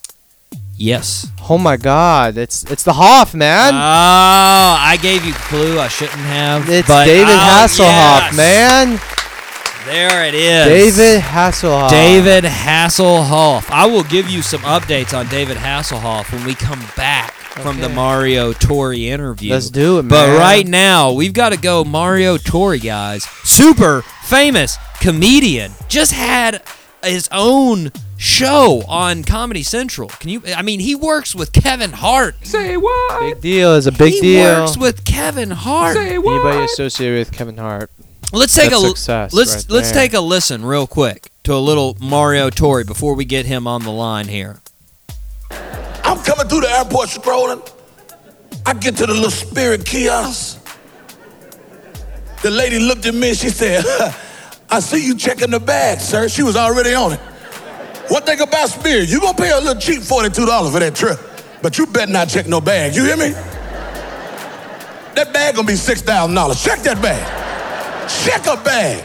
Yes. Oh my God! It's it's the Hoff man. oh, I gave you a clue I shouldn't have. it's but- David oh, Hasselhoff, yes. man. There it is. David Hasselhoff. David Hasselhoff. I will give you some updates on David Hasselhoff when we come back from the Okay. Mario Tori interview. Let's do it, man. But right now, we've got to go Mario Tori, guys. Super famous comedian. Just had his own show on Comedy Central. Can you I mean, he works with Kevin Hart. Say what? big deal is a big he deal. works with Kevin Hart. Say what? Anybody associated with Kevin Hart? Let's take That's a success let's right let's there. take a listen real quick to a little Mario Tori before we get him on the line here. I'm coming through the airport strolling. I get to the little spirit kiosk. The lady looked at me and she said, I see you checking the bag, sir. She was already on it. One thing about spirit, you gonna pay a little cheap $42 for that trip, but you better not check no bag. You hear me? That bag gonna be $6,000. Check that bag. Check a bag.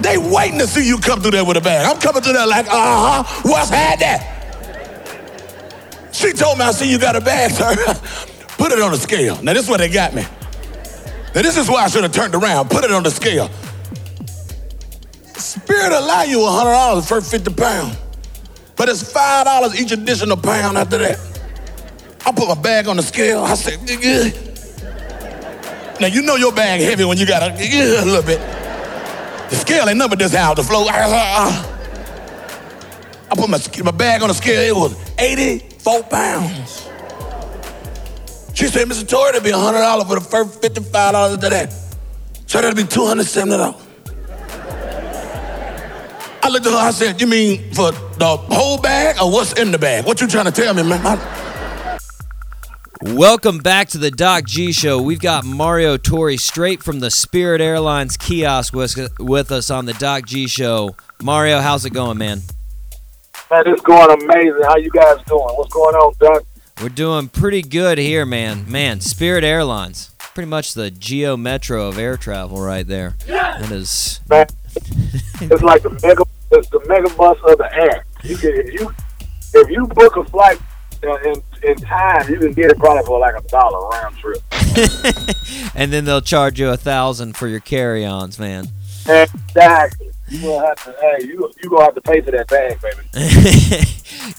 They waiting to see you come through there with a bag. I'm coming through there like, uh-huh, what's had that? She told me, I see you got a bag, sir. Put it on the scale. Now, this is where they got me. Now, this is why I should have turned around. Put it on the scale. Spirit allow you $100 for 50 pounds, but it's $5 each additional pound after that. I put my bag on the scale. I said, "Nigga." now you know your bag heavy when you got a, "Nigga," a little bit. The scale ain't number this high off the floor. I put my, my bag on the scale. It was 84 pounds. She said, Mr. Torrey, that'd be $100 for the first $55 after that. So that'd be $270. I looked at her, I said, you mean for the whole bag or what's in the bag? What you trying to tell me, man? I- Welcome back to the Doc G Show. We've got Mario Tori straight from the Spirit Airlines kiosk with, with us on the Doc G Show. Mario, how's it going, man? Man, it's going amazing. How you guys doing? What's going on, Doc? We're doing pretty good here, man. Man, Spirit Airlines. Pretty much the Geo Metro of air travel right there. That is Man, it's like the mega, it's the mega bus of the air. You can, if you if you book a flight uh, in in time, you can get it probably for like a dollar round trip. and then they'll charge you a thousand for your carry-ons, man. Exactly. You gonna have to, hey, you you gonna have to pay for that bag, baby.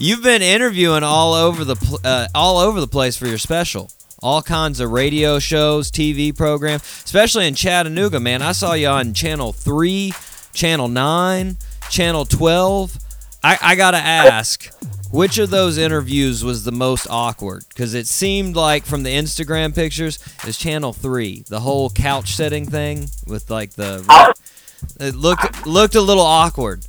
You've been interviewing all over the pl- uh, all over the place for your special. All kinds of radio shows, TV programs, especially in Chattanooga, man. I saw you on Channel 3, Channel 9, Channel 12. I, I got to ask, which of those interviews was the most awkward? Because it seemed like from the Instagram pictures, it was Channel 3, the whole couch setting thing with like the. It looked, looked a little awkward.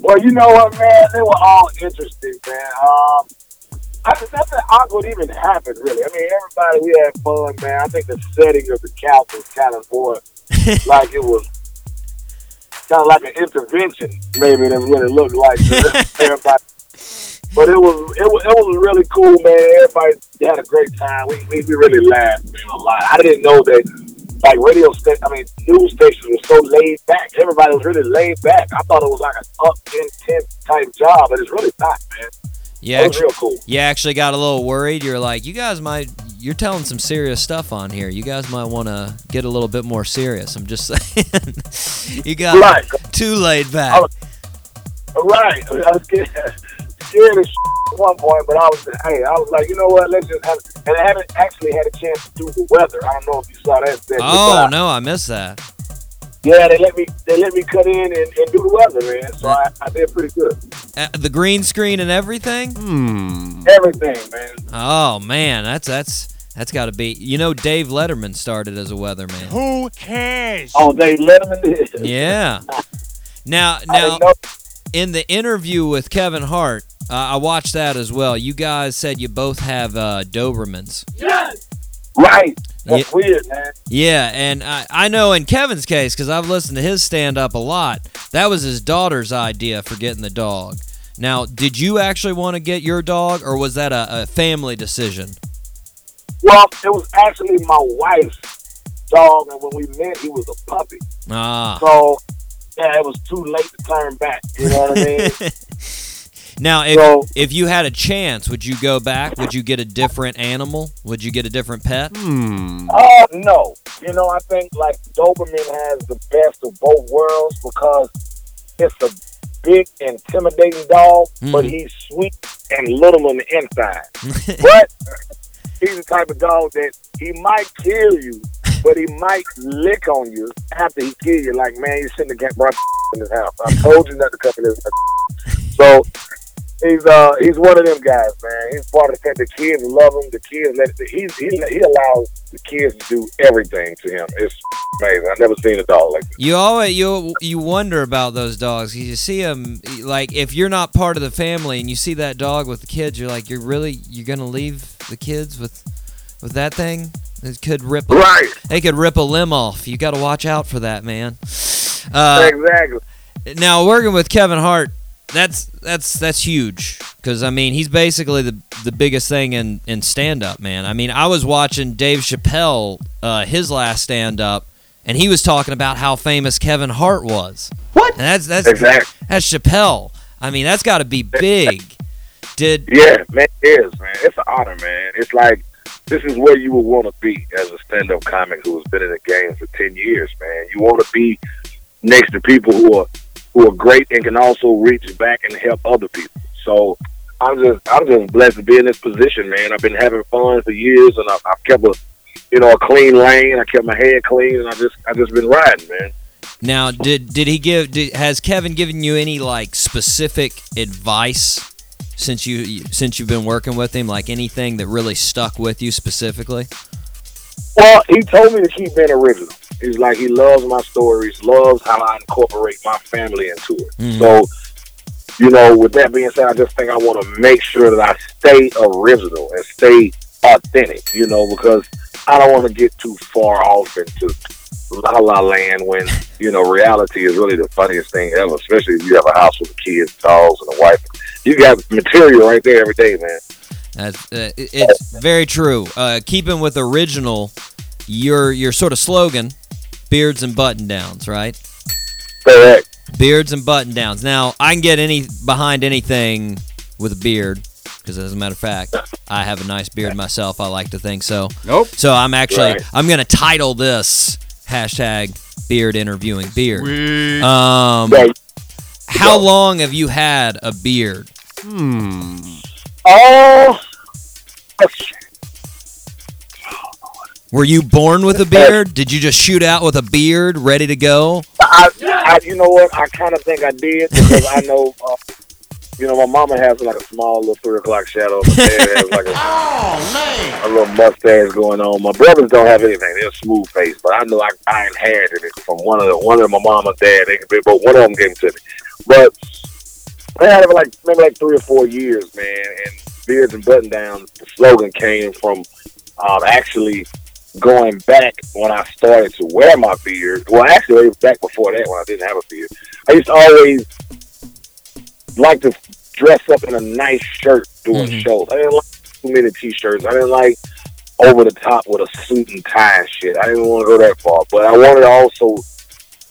Well, you know what, man? They were all interesting, man. Um, I mean, nothing awkward even happened, really. I mean, everybody, we had fun, man. I think the setting of the couch was kind of more like it was kind of like an intervention, maybe that's what it looked like. to everybody. But it was it was it was really cool, man. Everybody had a great time. We we, we really laughed man, a lot. I didn't know that like radio sta- I mean news stations were so laid back. Everybody was really laid back. I thought it was like an up intense type job, but it's really not, man. Yeah, It was real cool. you actually got a little worried. You're like, you guys might, you're telling some serious stuff on here. You guys might want to get a little bit more serious. I'm just saying. you got Right. too laid back. Right. Let's get- scared as at one point, but I was hey, I was like, you know what? Let's just have it. and I haven't actually had a chance to do the weather. I don't know if you saw that. that Oh no, I missed that. Yeah, they let me they let me cut in and, and do the weather, man. So I, I did pretty good. Uh, the green screen and everything. Hmm. Everything, man. Oh man, that's that's that's got to be. You know, Dave Letterman started as a weatherman. Who cares? Oh, they let them in. the- Yeah. Now, now, in the interview with Kevin Hart, uh, I watched that as well. You guys said you both have uh, Dobermans. Yes. Right. That's Ye- weird, man. Yeah, and I, I know in Kevin's case, because I've listened to his stand up a lot, that was his daughter's idea for getting the dog. Now, did you actually want to get your dog, or was that a, a family decision? Well, it was actually my wife's dog, and when we met, he was a puppy. Ah. So yeah, it was too late to turn back. You know what I mean? Now, if, if you had a chance, would you go back? Would you get a different animal? Would you get a different pet? Hmm. Oh no! You know, I think like Doberman has the best of both worlds because it's a big, intimidating dog, but Mhm. he's sweet and little on the inside. but he's the type of dog that he might kill you, but he might lick on you after he kill you. Like, man, you shouldn't have got brought in this house. I told you not to come in this house. So he's uh he's one of them guys, man. He's part of the family. The kids love him. The kids let he's he he allows the kids to do everything to him. It's amazing. I've never seen a dog like that. You always you you wonder about those dogs 'cause you see them like if you're not part of the family and you see that dog with the kids, you're like you're really you're gonna leave the kids with with that thing. It could rip a, Right. It could rip a limb off. You got to watch out for that, man. Uh, exactly. Now working with Kevin Hart, that's that's that's huge because I mean he's basically the the biggest thing in in stand up, man. I mean I was watching Dave Chappelle uh, his last stand up, and he was talking about how famous Kevin Hart was. What? And that's that's Exactly. that's Chappelle. I mean that's got to be big. Did Yeah, man, it is, man. It's an honor, man. It's like this is where you would want to be as a stand-up comic who has been in the game for ten years, man. You want to be next to people who are who are great and can also reach back and help other people. So I'm just I'm just blessed to be in this position, man. I've been having fun for years, and I've, I've kept a you know a clean lane. I kept my head clean, and I just I just been riding, man. now did did he give did, has Kevin given you any like specific advice? Since you since you've been working with him, like anything that really stuck with you specifically? Well, he told me to keep being original. He's like he loves my stories, loves how I incorporate my family into it. So, you know, with that being said, I just think I want to make sure that I stay original and stay authentic, you know, because I don't want to get too far off into la la land when, you know, reality is really the funniest thing ever, especially if you have a house with kids, dogs, and a wife. You got material right there every day, man. That's, uh, it- it's very true. Uh, keeping with original, your your sort of slogan, beards and button downs, right? Correct. Beards and button downs. Now I can get any behind anything with a beard, because as a matter of fact, I have a nice beard myself. I like to think so. Nope. So I'm actually Right. I'm gonna title this hashtag beard interviewing beard. Sweet. Um, how long have you had a beard? Hmm. Oh, Were you born with a beard? Did you just shoot out with a beard, ready to go? I, I, you know what? I kind of think I did because I know, uh, you know, my mama has like a small little three o'clock shadow. My dad has like a, a little mustache going on. My brothers don't have anything; they're smooth faced. But I know I, I inherited it from one of the, one of my mama's dad. They, they, but one of them gave it to me. But I had it for like maybe like three or four years, man. And beards and button downs. The slogan came from um, actually going back when I started to wear my beard. Well, actually, it was back before that when I didn't have a beard. I used to always like to dress up in a nice shirt doing shows. I didn't like too many t-shirts. I didn't like over the top with a suit and tie and shit. I didn't want to go that far, but I wanted to also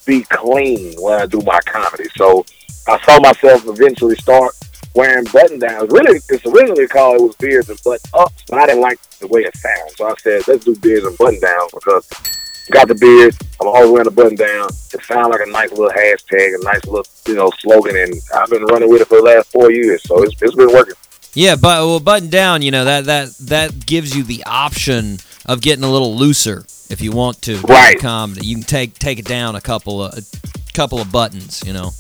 be clean when I do my comedy. So I saw myself eventually start wearing button downs. Really, it's originally called it was beards and button ups, but I didn't like the way it sounds. So I said, let's do beards and button downs because Got the beard. I'm always wearing a button down. It sounds like a nice little hashtag, a nice little you know slogan, and I've been running with it for the last four years, so it's, it's been working. Yeah, but well, button down. You know that that that gives you the option of getting a little looser if you want to. with Right. Comedy. You can take take it down a couple of a couple of buttons. You know.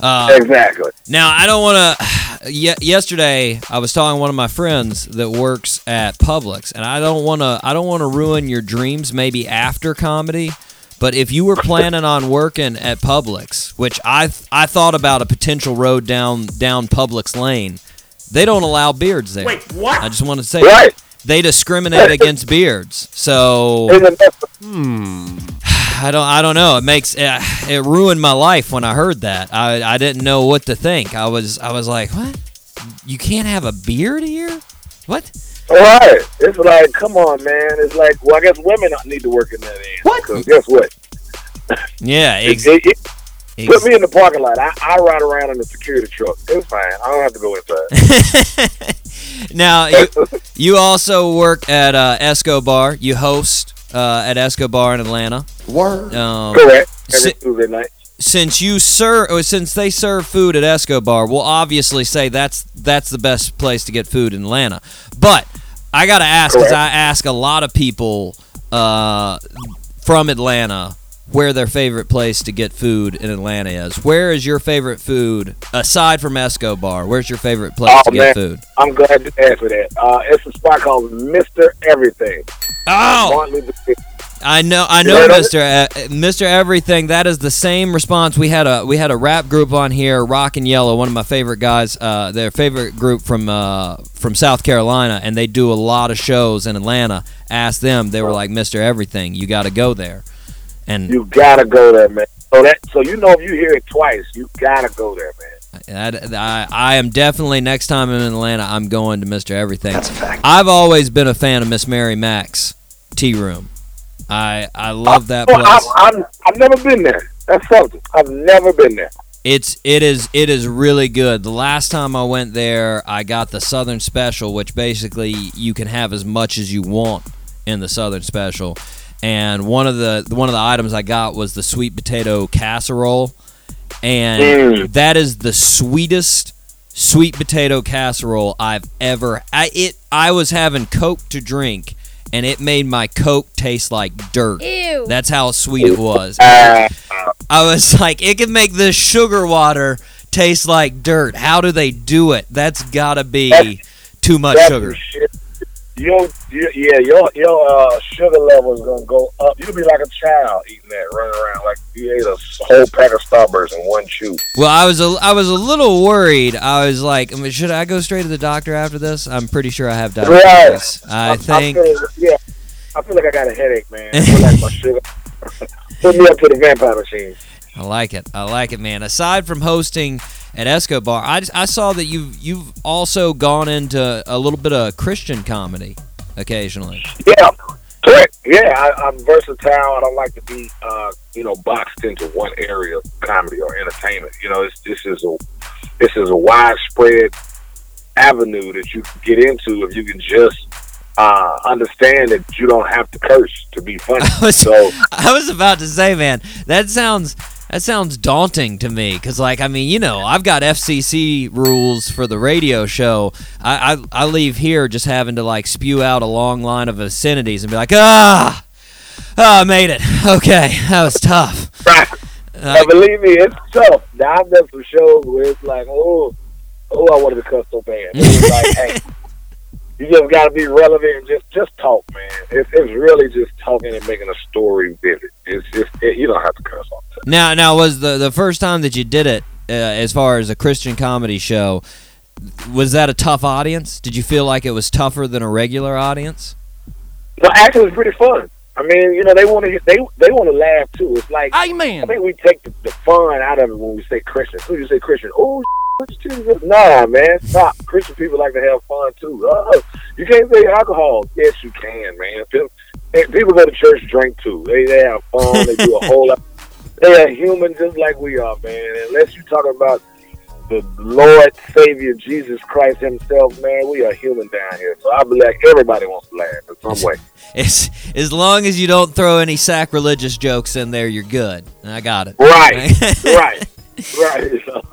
Uh, Exactly. Now I don't want to. Ye- yesterday I was talking to one of my friends that works at Publix, and I don't want to. I don't want to ruin your dreams. Maybe after comedy, but if you were planning on working at Publix, which I th- I thought about a potential road down down Publix Lane, they don't allow beards there. Wait, what? I just want to say Right. they discriminate against beards. So Hmm. I don't. I don't know. It makes it, it ruined my life when I heard that. I, I didn't know what to think. I was I was like, what? You can't have a beard here? What? All right. It's like, come on, man. It's like, well, I guess women need to work in that end. What? guess what? Yeah. Ex- It- it- ex- Put me in the parking lot. I, I ride around in the security truck. It's fine. I don't have to go inside. now you, you also work at uh, Escobar. You host uh, at Escobar in Atlanta. Word. Um, Correct. Every si- Tuesday night. since you serve, or since they serve food at Escobar, we'll obviously say that's that's the best place to get food in Atlanta. But I gotta ask, because I ask a lot of people uh, from Atlanta where their favorite place to get food in Atlanta is. Where is your favorite food aside from Escobar? Where's your favorite place to get food? I'm glad you asked for that. Uh, it's a spot called Mister Everything. Oh. I know, I know, You know? Mister uh, Mister Everything. That is the same response we had. A we had a rap group on here, Rock and Yellow, one of my favorite guys. Uh, their favorite group from uh, from South Carolina, and they do a lot of shows in Atlanta. Asked them, they were like, Mister Everything, you got to go there. And you gotta go there, man. So that so you know if you hear it twice, you gotta go there, man. That, I, I am definitely next time I'm in Atlanta, I'm going to Mr. Everything. That's a fact. I've always been a fan of Miss Mary Max Tea Room. I Uh, I love that Oh, place. I'm, I'm, I've never been there. That's something. I've never been there. It's it is it is really good. The last time I went there, I got the Southern Special, which basically you can have as much as you want in the Southern Special. And one of the one of the items I got was the sweet potato casserole, and Mm. that is the sweetest sweet potato casserole I've ever. I it I was having Coke to drink, and it made my Coke taste like dirt. Ew. That's how sweet it was. I was like, it can make this sugar water taste like dirt. How do they do it? That's gotta be too much That's sugar. shit. Your, your yeah, your your uh, sugar level is gonna go up. You'll be like a child eating that, running around like you ate a whole pack of Starburst in one chew. Well, I was a, I was a little worried. I was like, I mean, should I go straight to the doctor after this? I'm pretty sure I have diabetes. I think. I feel, yeah, I feel like I got a headache, man. I feel like my sugar. Put me up to the vampire machine. I like it. I like it, man. Aside from hosting at Escobar, I, I saw that you've you've also gone into a little bit of Christian comedy occasionally. Yeah, correct. Yeah, I, I'm versatile. I don't like to be, uh, you know, boxed into one area of comedy or entertainment. You know, it's, this is a this is a widespread avenue that you can get into if you can just uh, understand that you don't have to curse to be funny. so I was about to say, man, that sounds that sounds daunting to me because, like, I mean, you know, I've got FCC rules for the radio show. I, I I leave here just having to like spew out a long line of obscenities and be like, ah, ah, I made it. Okay, that was tough. now, believe me, it's tough. Now I've done some shows where it's like, oh, oh, I wanted to cuss so bad. It's like, hey, you just got to be relevant and just just talk, man. It's, it's really just talking and making a story vivid. It's just it, you don't have to cuss on. Now, now was the the first time that you did it uh, as far as a Christian comedy show? Was that a tough audience? Did you feel like it was tougher than a regular audience? No, actually, it's pretty fun. I mean, you know, they want to they they want to laugh too. It's like, I think we take the, the fun out of it when we say Christian. As soon as you say Christian, oh. Nah, man, stop. Christian people like to have fun too. Oh, you can't say alcohol. Yes, you can, man. People, eh, people go to church, drink too. They, they have fun. They do a whole lot. They are human just like we are, man. Unless you're talking about the Lord Savior Jesus Christ Himself, man, we are human down here. So I be like, everybody wants to laugh in some way. It's, as long as you don't throw any sacrilegious jokes in there, you're good. I got it. Right, right, right.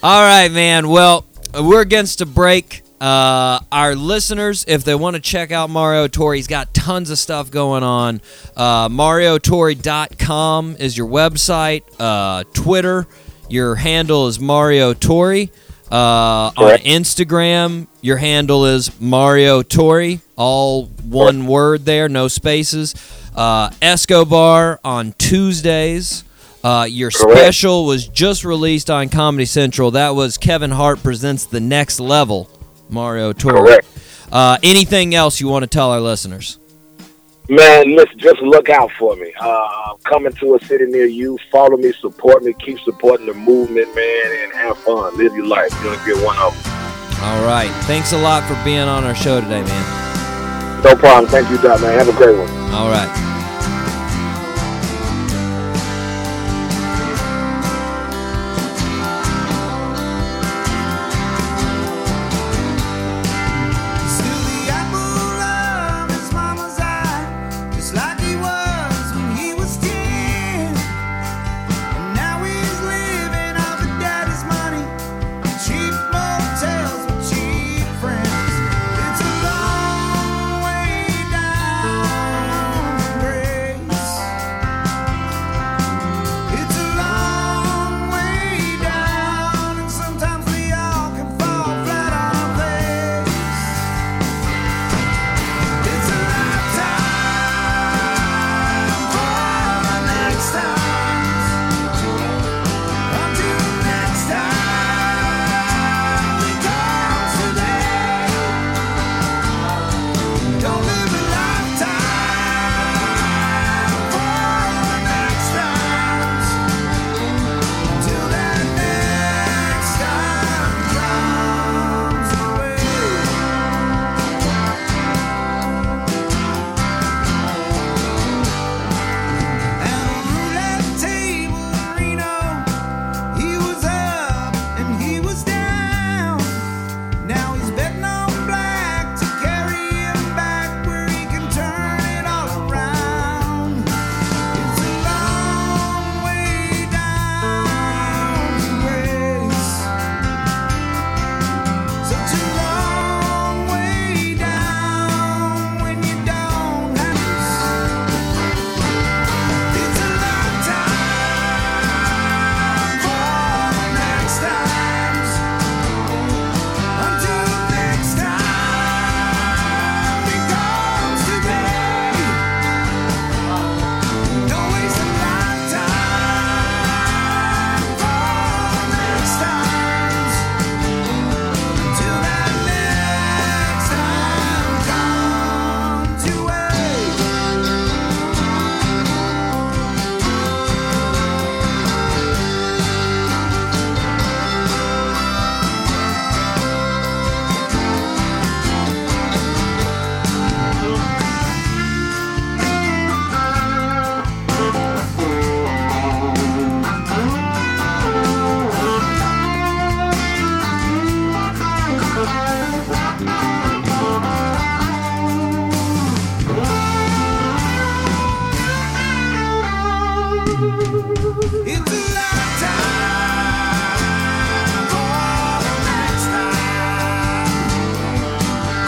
All right, man. Well, we're against a break. Uh, our listeners, if they want to check out Mario Tori, he's got tons of stuff going on. Uh, MarioTori.com is your website. Uh, Twitter, your handle is Mario Tori. Uh, on Correct. Instagram, your handle is Mario Tori, all one word there, no spaces. Uh, Escobar on Tuesdays. Uh, your special was just released on Comedy Central. That was Kevin Hart presents the next level. Mario Tour. Uh, anything else you want to tell our listeners? Man, listen, just look out for me. Uh, coming to a city near you, follow me, support me, keep supporting the movement, man, and have fun. Live your life. You're going to get one of them. All right. Thanks a lot for being on our show today, man. No problem. Thank you, Doc, man. Have a great one. All right. Don't live a lifetime for the next time. Till that next time comes away. At a roulette table in Reno, he was up and he was down. Now he's betting on black to carry him back where he can turn it all around. It's a long way down to grace. Such a long way down when you don't have to. It's a lifetime for the next times. Until next time it comes today. Don't waste a lifetime for next times. Until that next time comes your It's a lifetime for the next time.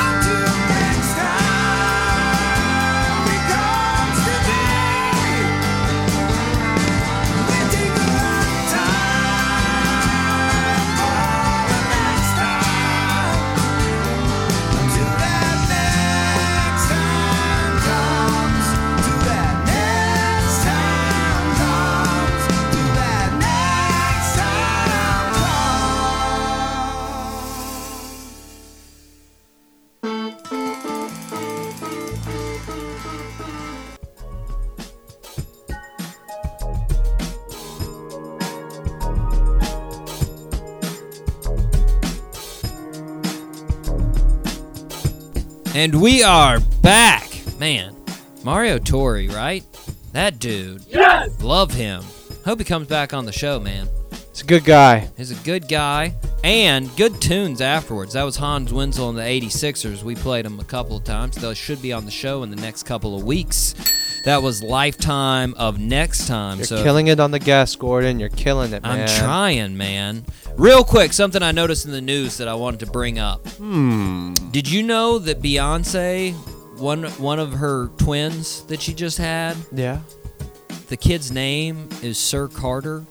Until next time it comes today. We take a lifetime for the next time. Until that next time comes. Till that next time comes. Till that next time comes. And we are back. Man, Mario Tori, right? That dude. Yes! Love him. Hope he comes back on the show, man. It's a good guy. He's a good guy and good tunes afterwards. That was Hans Wenzel and the 86ers. We played them a couple of times. Those should be on the show in the next couple of weeks. That was Lifetime of Next Time. You're so killing it on the gas, Gordon. You're killing it, man. I'm trying, man. Real quick, something I noticed in the news that I wanted to bring up. Hmm. Did you know that Beyonce, one one of her twins that she just had, Yeah. the kid's name is Sir Carter?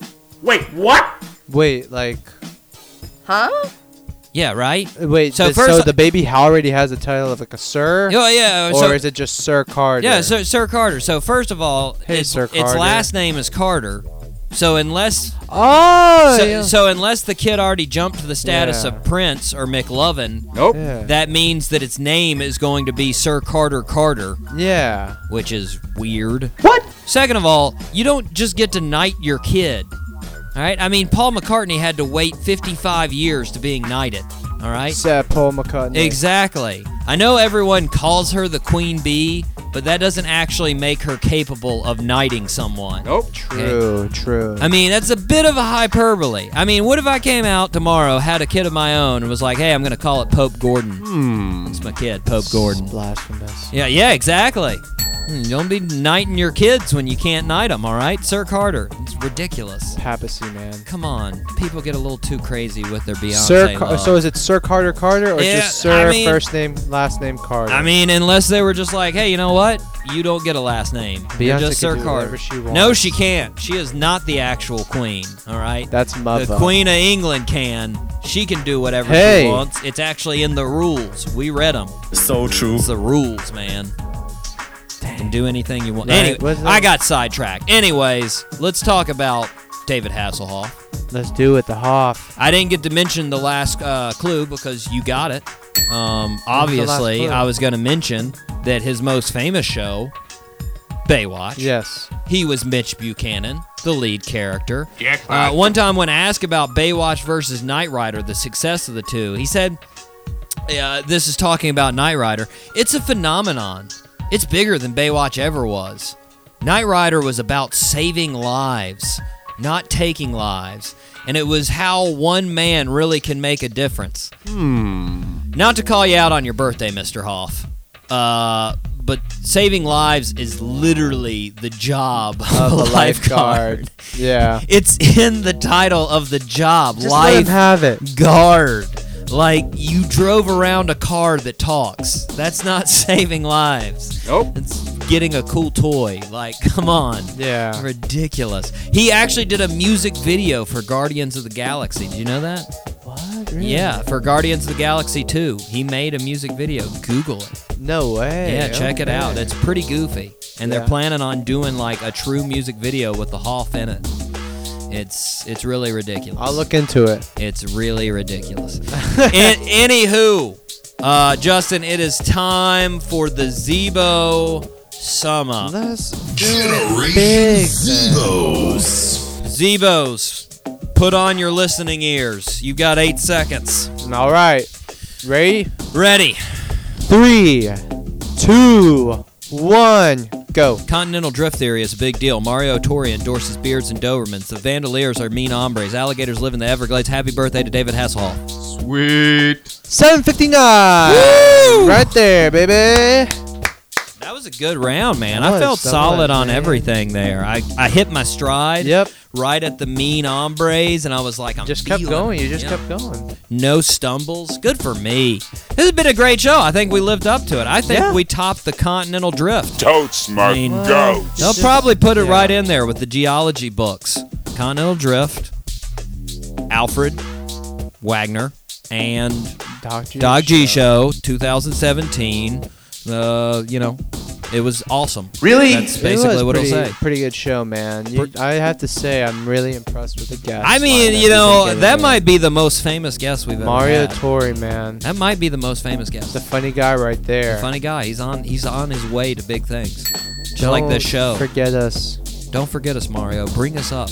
Wait, what? Wait, like, Huh? Yeah, right? wait. So, So th- first- so the baby already has the title of like a sir. Oh, yeah, Or so- is it just Sir Carter? Yeah, Sir, Sir Carter. So first of all, its, Sir its Carter. last name is Carter. So unless Oh, so, yeah. so unless the kid already jumped to the status Yeah. of Prince or McLovin, Nope. Yeah. that means that its name is going to be Sir Carter Carter. Yeah. Which is weird. What? Second of all, you don't just get to knight your kid. All right? I mean, Paul McCartney had to wait 55 years to being knighted. All right? Sad Paul McCartney. Exactly. I know everyone calls her the Queen Bee, but that doesn't actually make her capable of knighting someone. Nope. True. True. I mean, that's a bit of a hyperbole. I mean, what if I came out tomorrow, had a kid of my own, and was like, hey, I'm going to call it Pope Gordon? Hmm. It's my kid, Pope Gordon. Blasphemous. Yeah, yeah, exactly. Hmm, Don't be knighting your kids when you can't knight them, all right? Sir Carter. It's ridiculous. Papacy, man. Come on. People get a little too crazy with their Beyonce. Sir. Car- love. so is it Sir Carter Carter or Yeah, just Sir I mean- first name last name Carter? I mean, unless they were just like, hey, you know what? You don't get a last name. You're Beyonce just can Sir do Carter. whatever she No, wants. she can't. She is not the actual queen. All right. That's mother. The queen of England can. She can do whatever Hey. she wants. It's actually in the rules. We read them. So true. It's the rules, man. You can do anything you want. Right, Anyway, what's I that? got sidetracked. Anyways, let's talk about David Hasselhoff. Let's do it. The Hoff. I didn't get to mention the last uh, clue because you got it. Um, obviously, clue? I was going to mention that his most famous show, Baywatch. Yes. He was Mitch Buchanan, the lead character. Jackpot. Uh, one time, when asked about Baywatch versus Knight Rider, the success of the two, he said, uh, This is talking about Knight Rider. It's a phenomenon. It's bigger than Baywatch ever was. Knight Rider was about saving lives, not taking lives. And it was how one man really can make a difference. Hmm. Not to call you out on your birthday, Mr. Hoff, uh, but saving lives is literally the job of, Of a a lifeguard. lifeguard. Yeah. It's in the title of the job. Just Life let him have it. guard. Like you drove around a car that talks. That's not saving lives. Nope. It's getting a cool toy. Like, come on. Yeah. Ridiculous. He actually did a music video for Guardians of the Galaxy. Did you know that? What? Yeah, for Guardians of the Galaxy 2. He made a music video. Google it. No way. Oh. yeah, check it okay. out. It's pretty goofy. And Yeah. they're planning on doing like a true music video with the Hoff in it. It's it's really ridiculous. I'll look into it. It's really ridiculous. An- anywho, uh, Justin, it is time for the Zebo sum up. Big. Zebos, put on your listening ears. You've got eight seconds. All right. Ready? Ready. Three, two, one, go. Continental drift theory is a big deal. Mario Tori endorses beards and Dobermans. The Vandaliers are mean hombres. Alligators live in the Everglades. Happy birthday to David Hasselhoff. Sweet. 759. Right there, baby. That was a good round, man. That I felt was, that solid was, on man. everything there. I, I hit my stride. Yep. Right at the mean hombres, and I was like, I'm Just kept feeling- going. You just yeah. kept going. No stumbles. Good for me. This has been a great show. I think we lived up to it. I think Yeah. we topped the Continental Drift. Totes, I my mean, goats. They'll probably put it right in there with the geology books. Continental Drift, Alfred, Wagner, and Doc G, Dog G Show 2017. Uh, you know, it was awesome. That's basically was what pretty, it'll say. Pretty good show, man. You, I have to say, I'm really impressed with the guests. I mean, lineup you we've know, been that getting might be the most famous guest we've here. ever Mario had. Tori, man. That might be the most famous guest. The funny guy right there. Funny guy. He's on. He's on his way to big things. Just like Don't this show. Forget us. Don't forget us, Mario. Bring us up.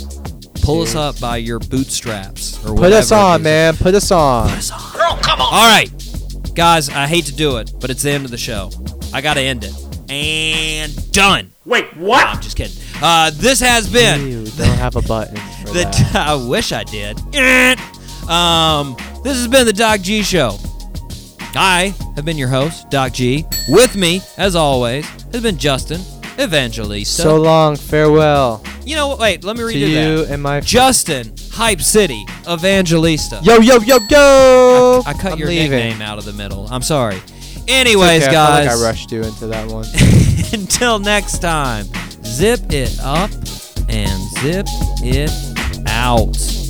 Pull us up by your bootstraps. Or Put us whatever it on, is. man. Put us on. All right, guys. I hate to do it, but it's the end of the show. I gotta end it. And done. Wait, what? I'm just kidding. Uh, this has been You don't have a button. for The that. I wish I did. Um, this has been the Doc G Show. I have been your host, Doc G. With me, as always, has been Justin Evangelista. So long, farewell. You know, what? wait, let me To redo you that. and my Justin Hype City Evangelista. Yo, yo, yo, yo! I cut Oh, I'm your leaving. nickname out of the middle. I'm sorry. Anyways, It's okay, I felt guys. like I rushed you into that one. Until next time, zip it up and zip it out.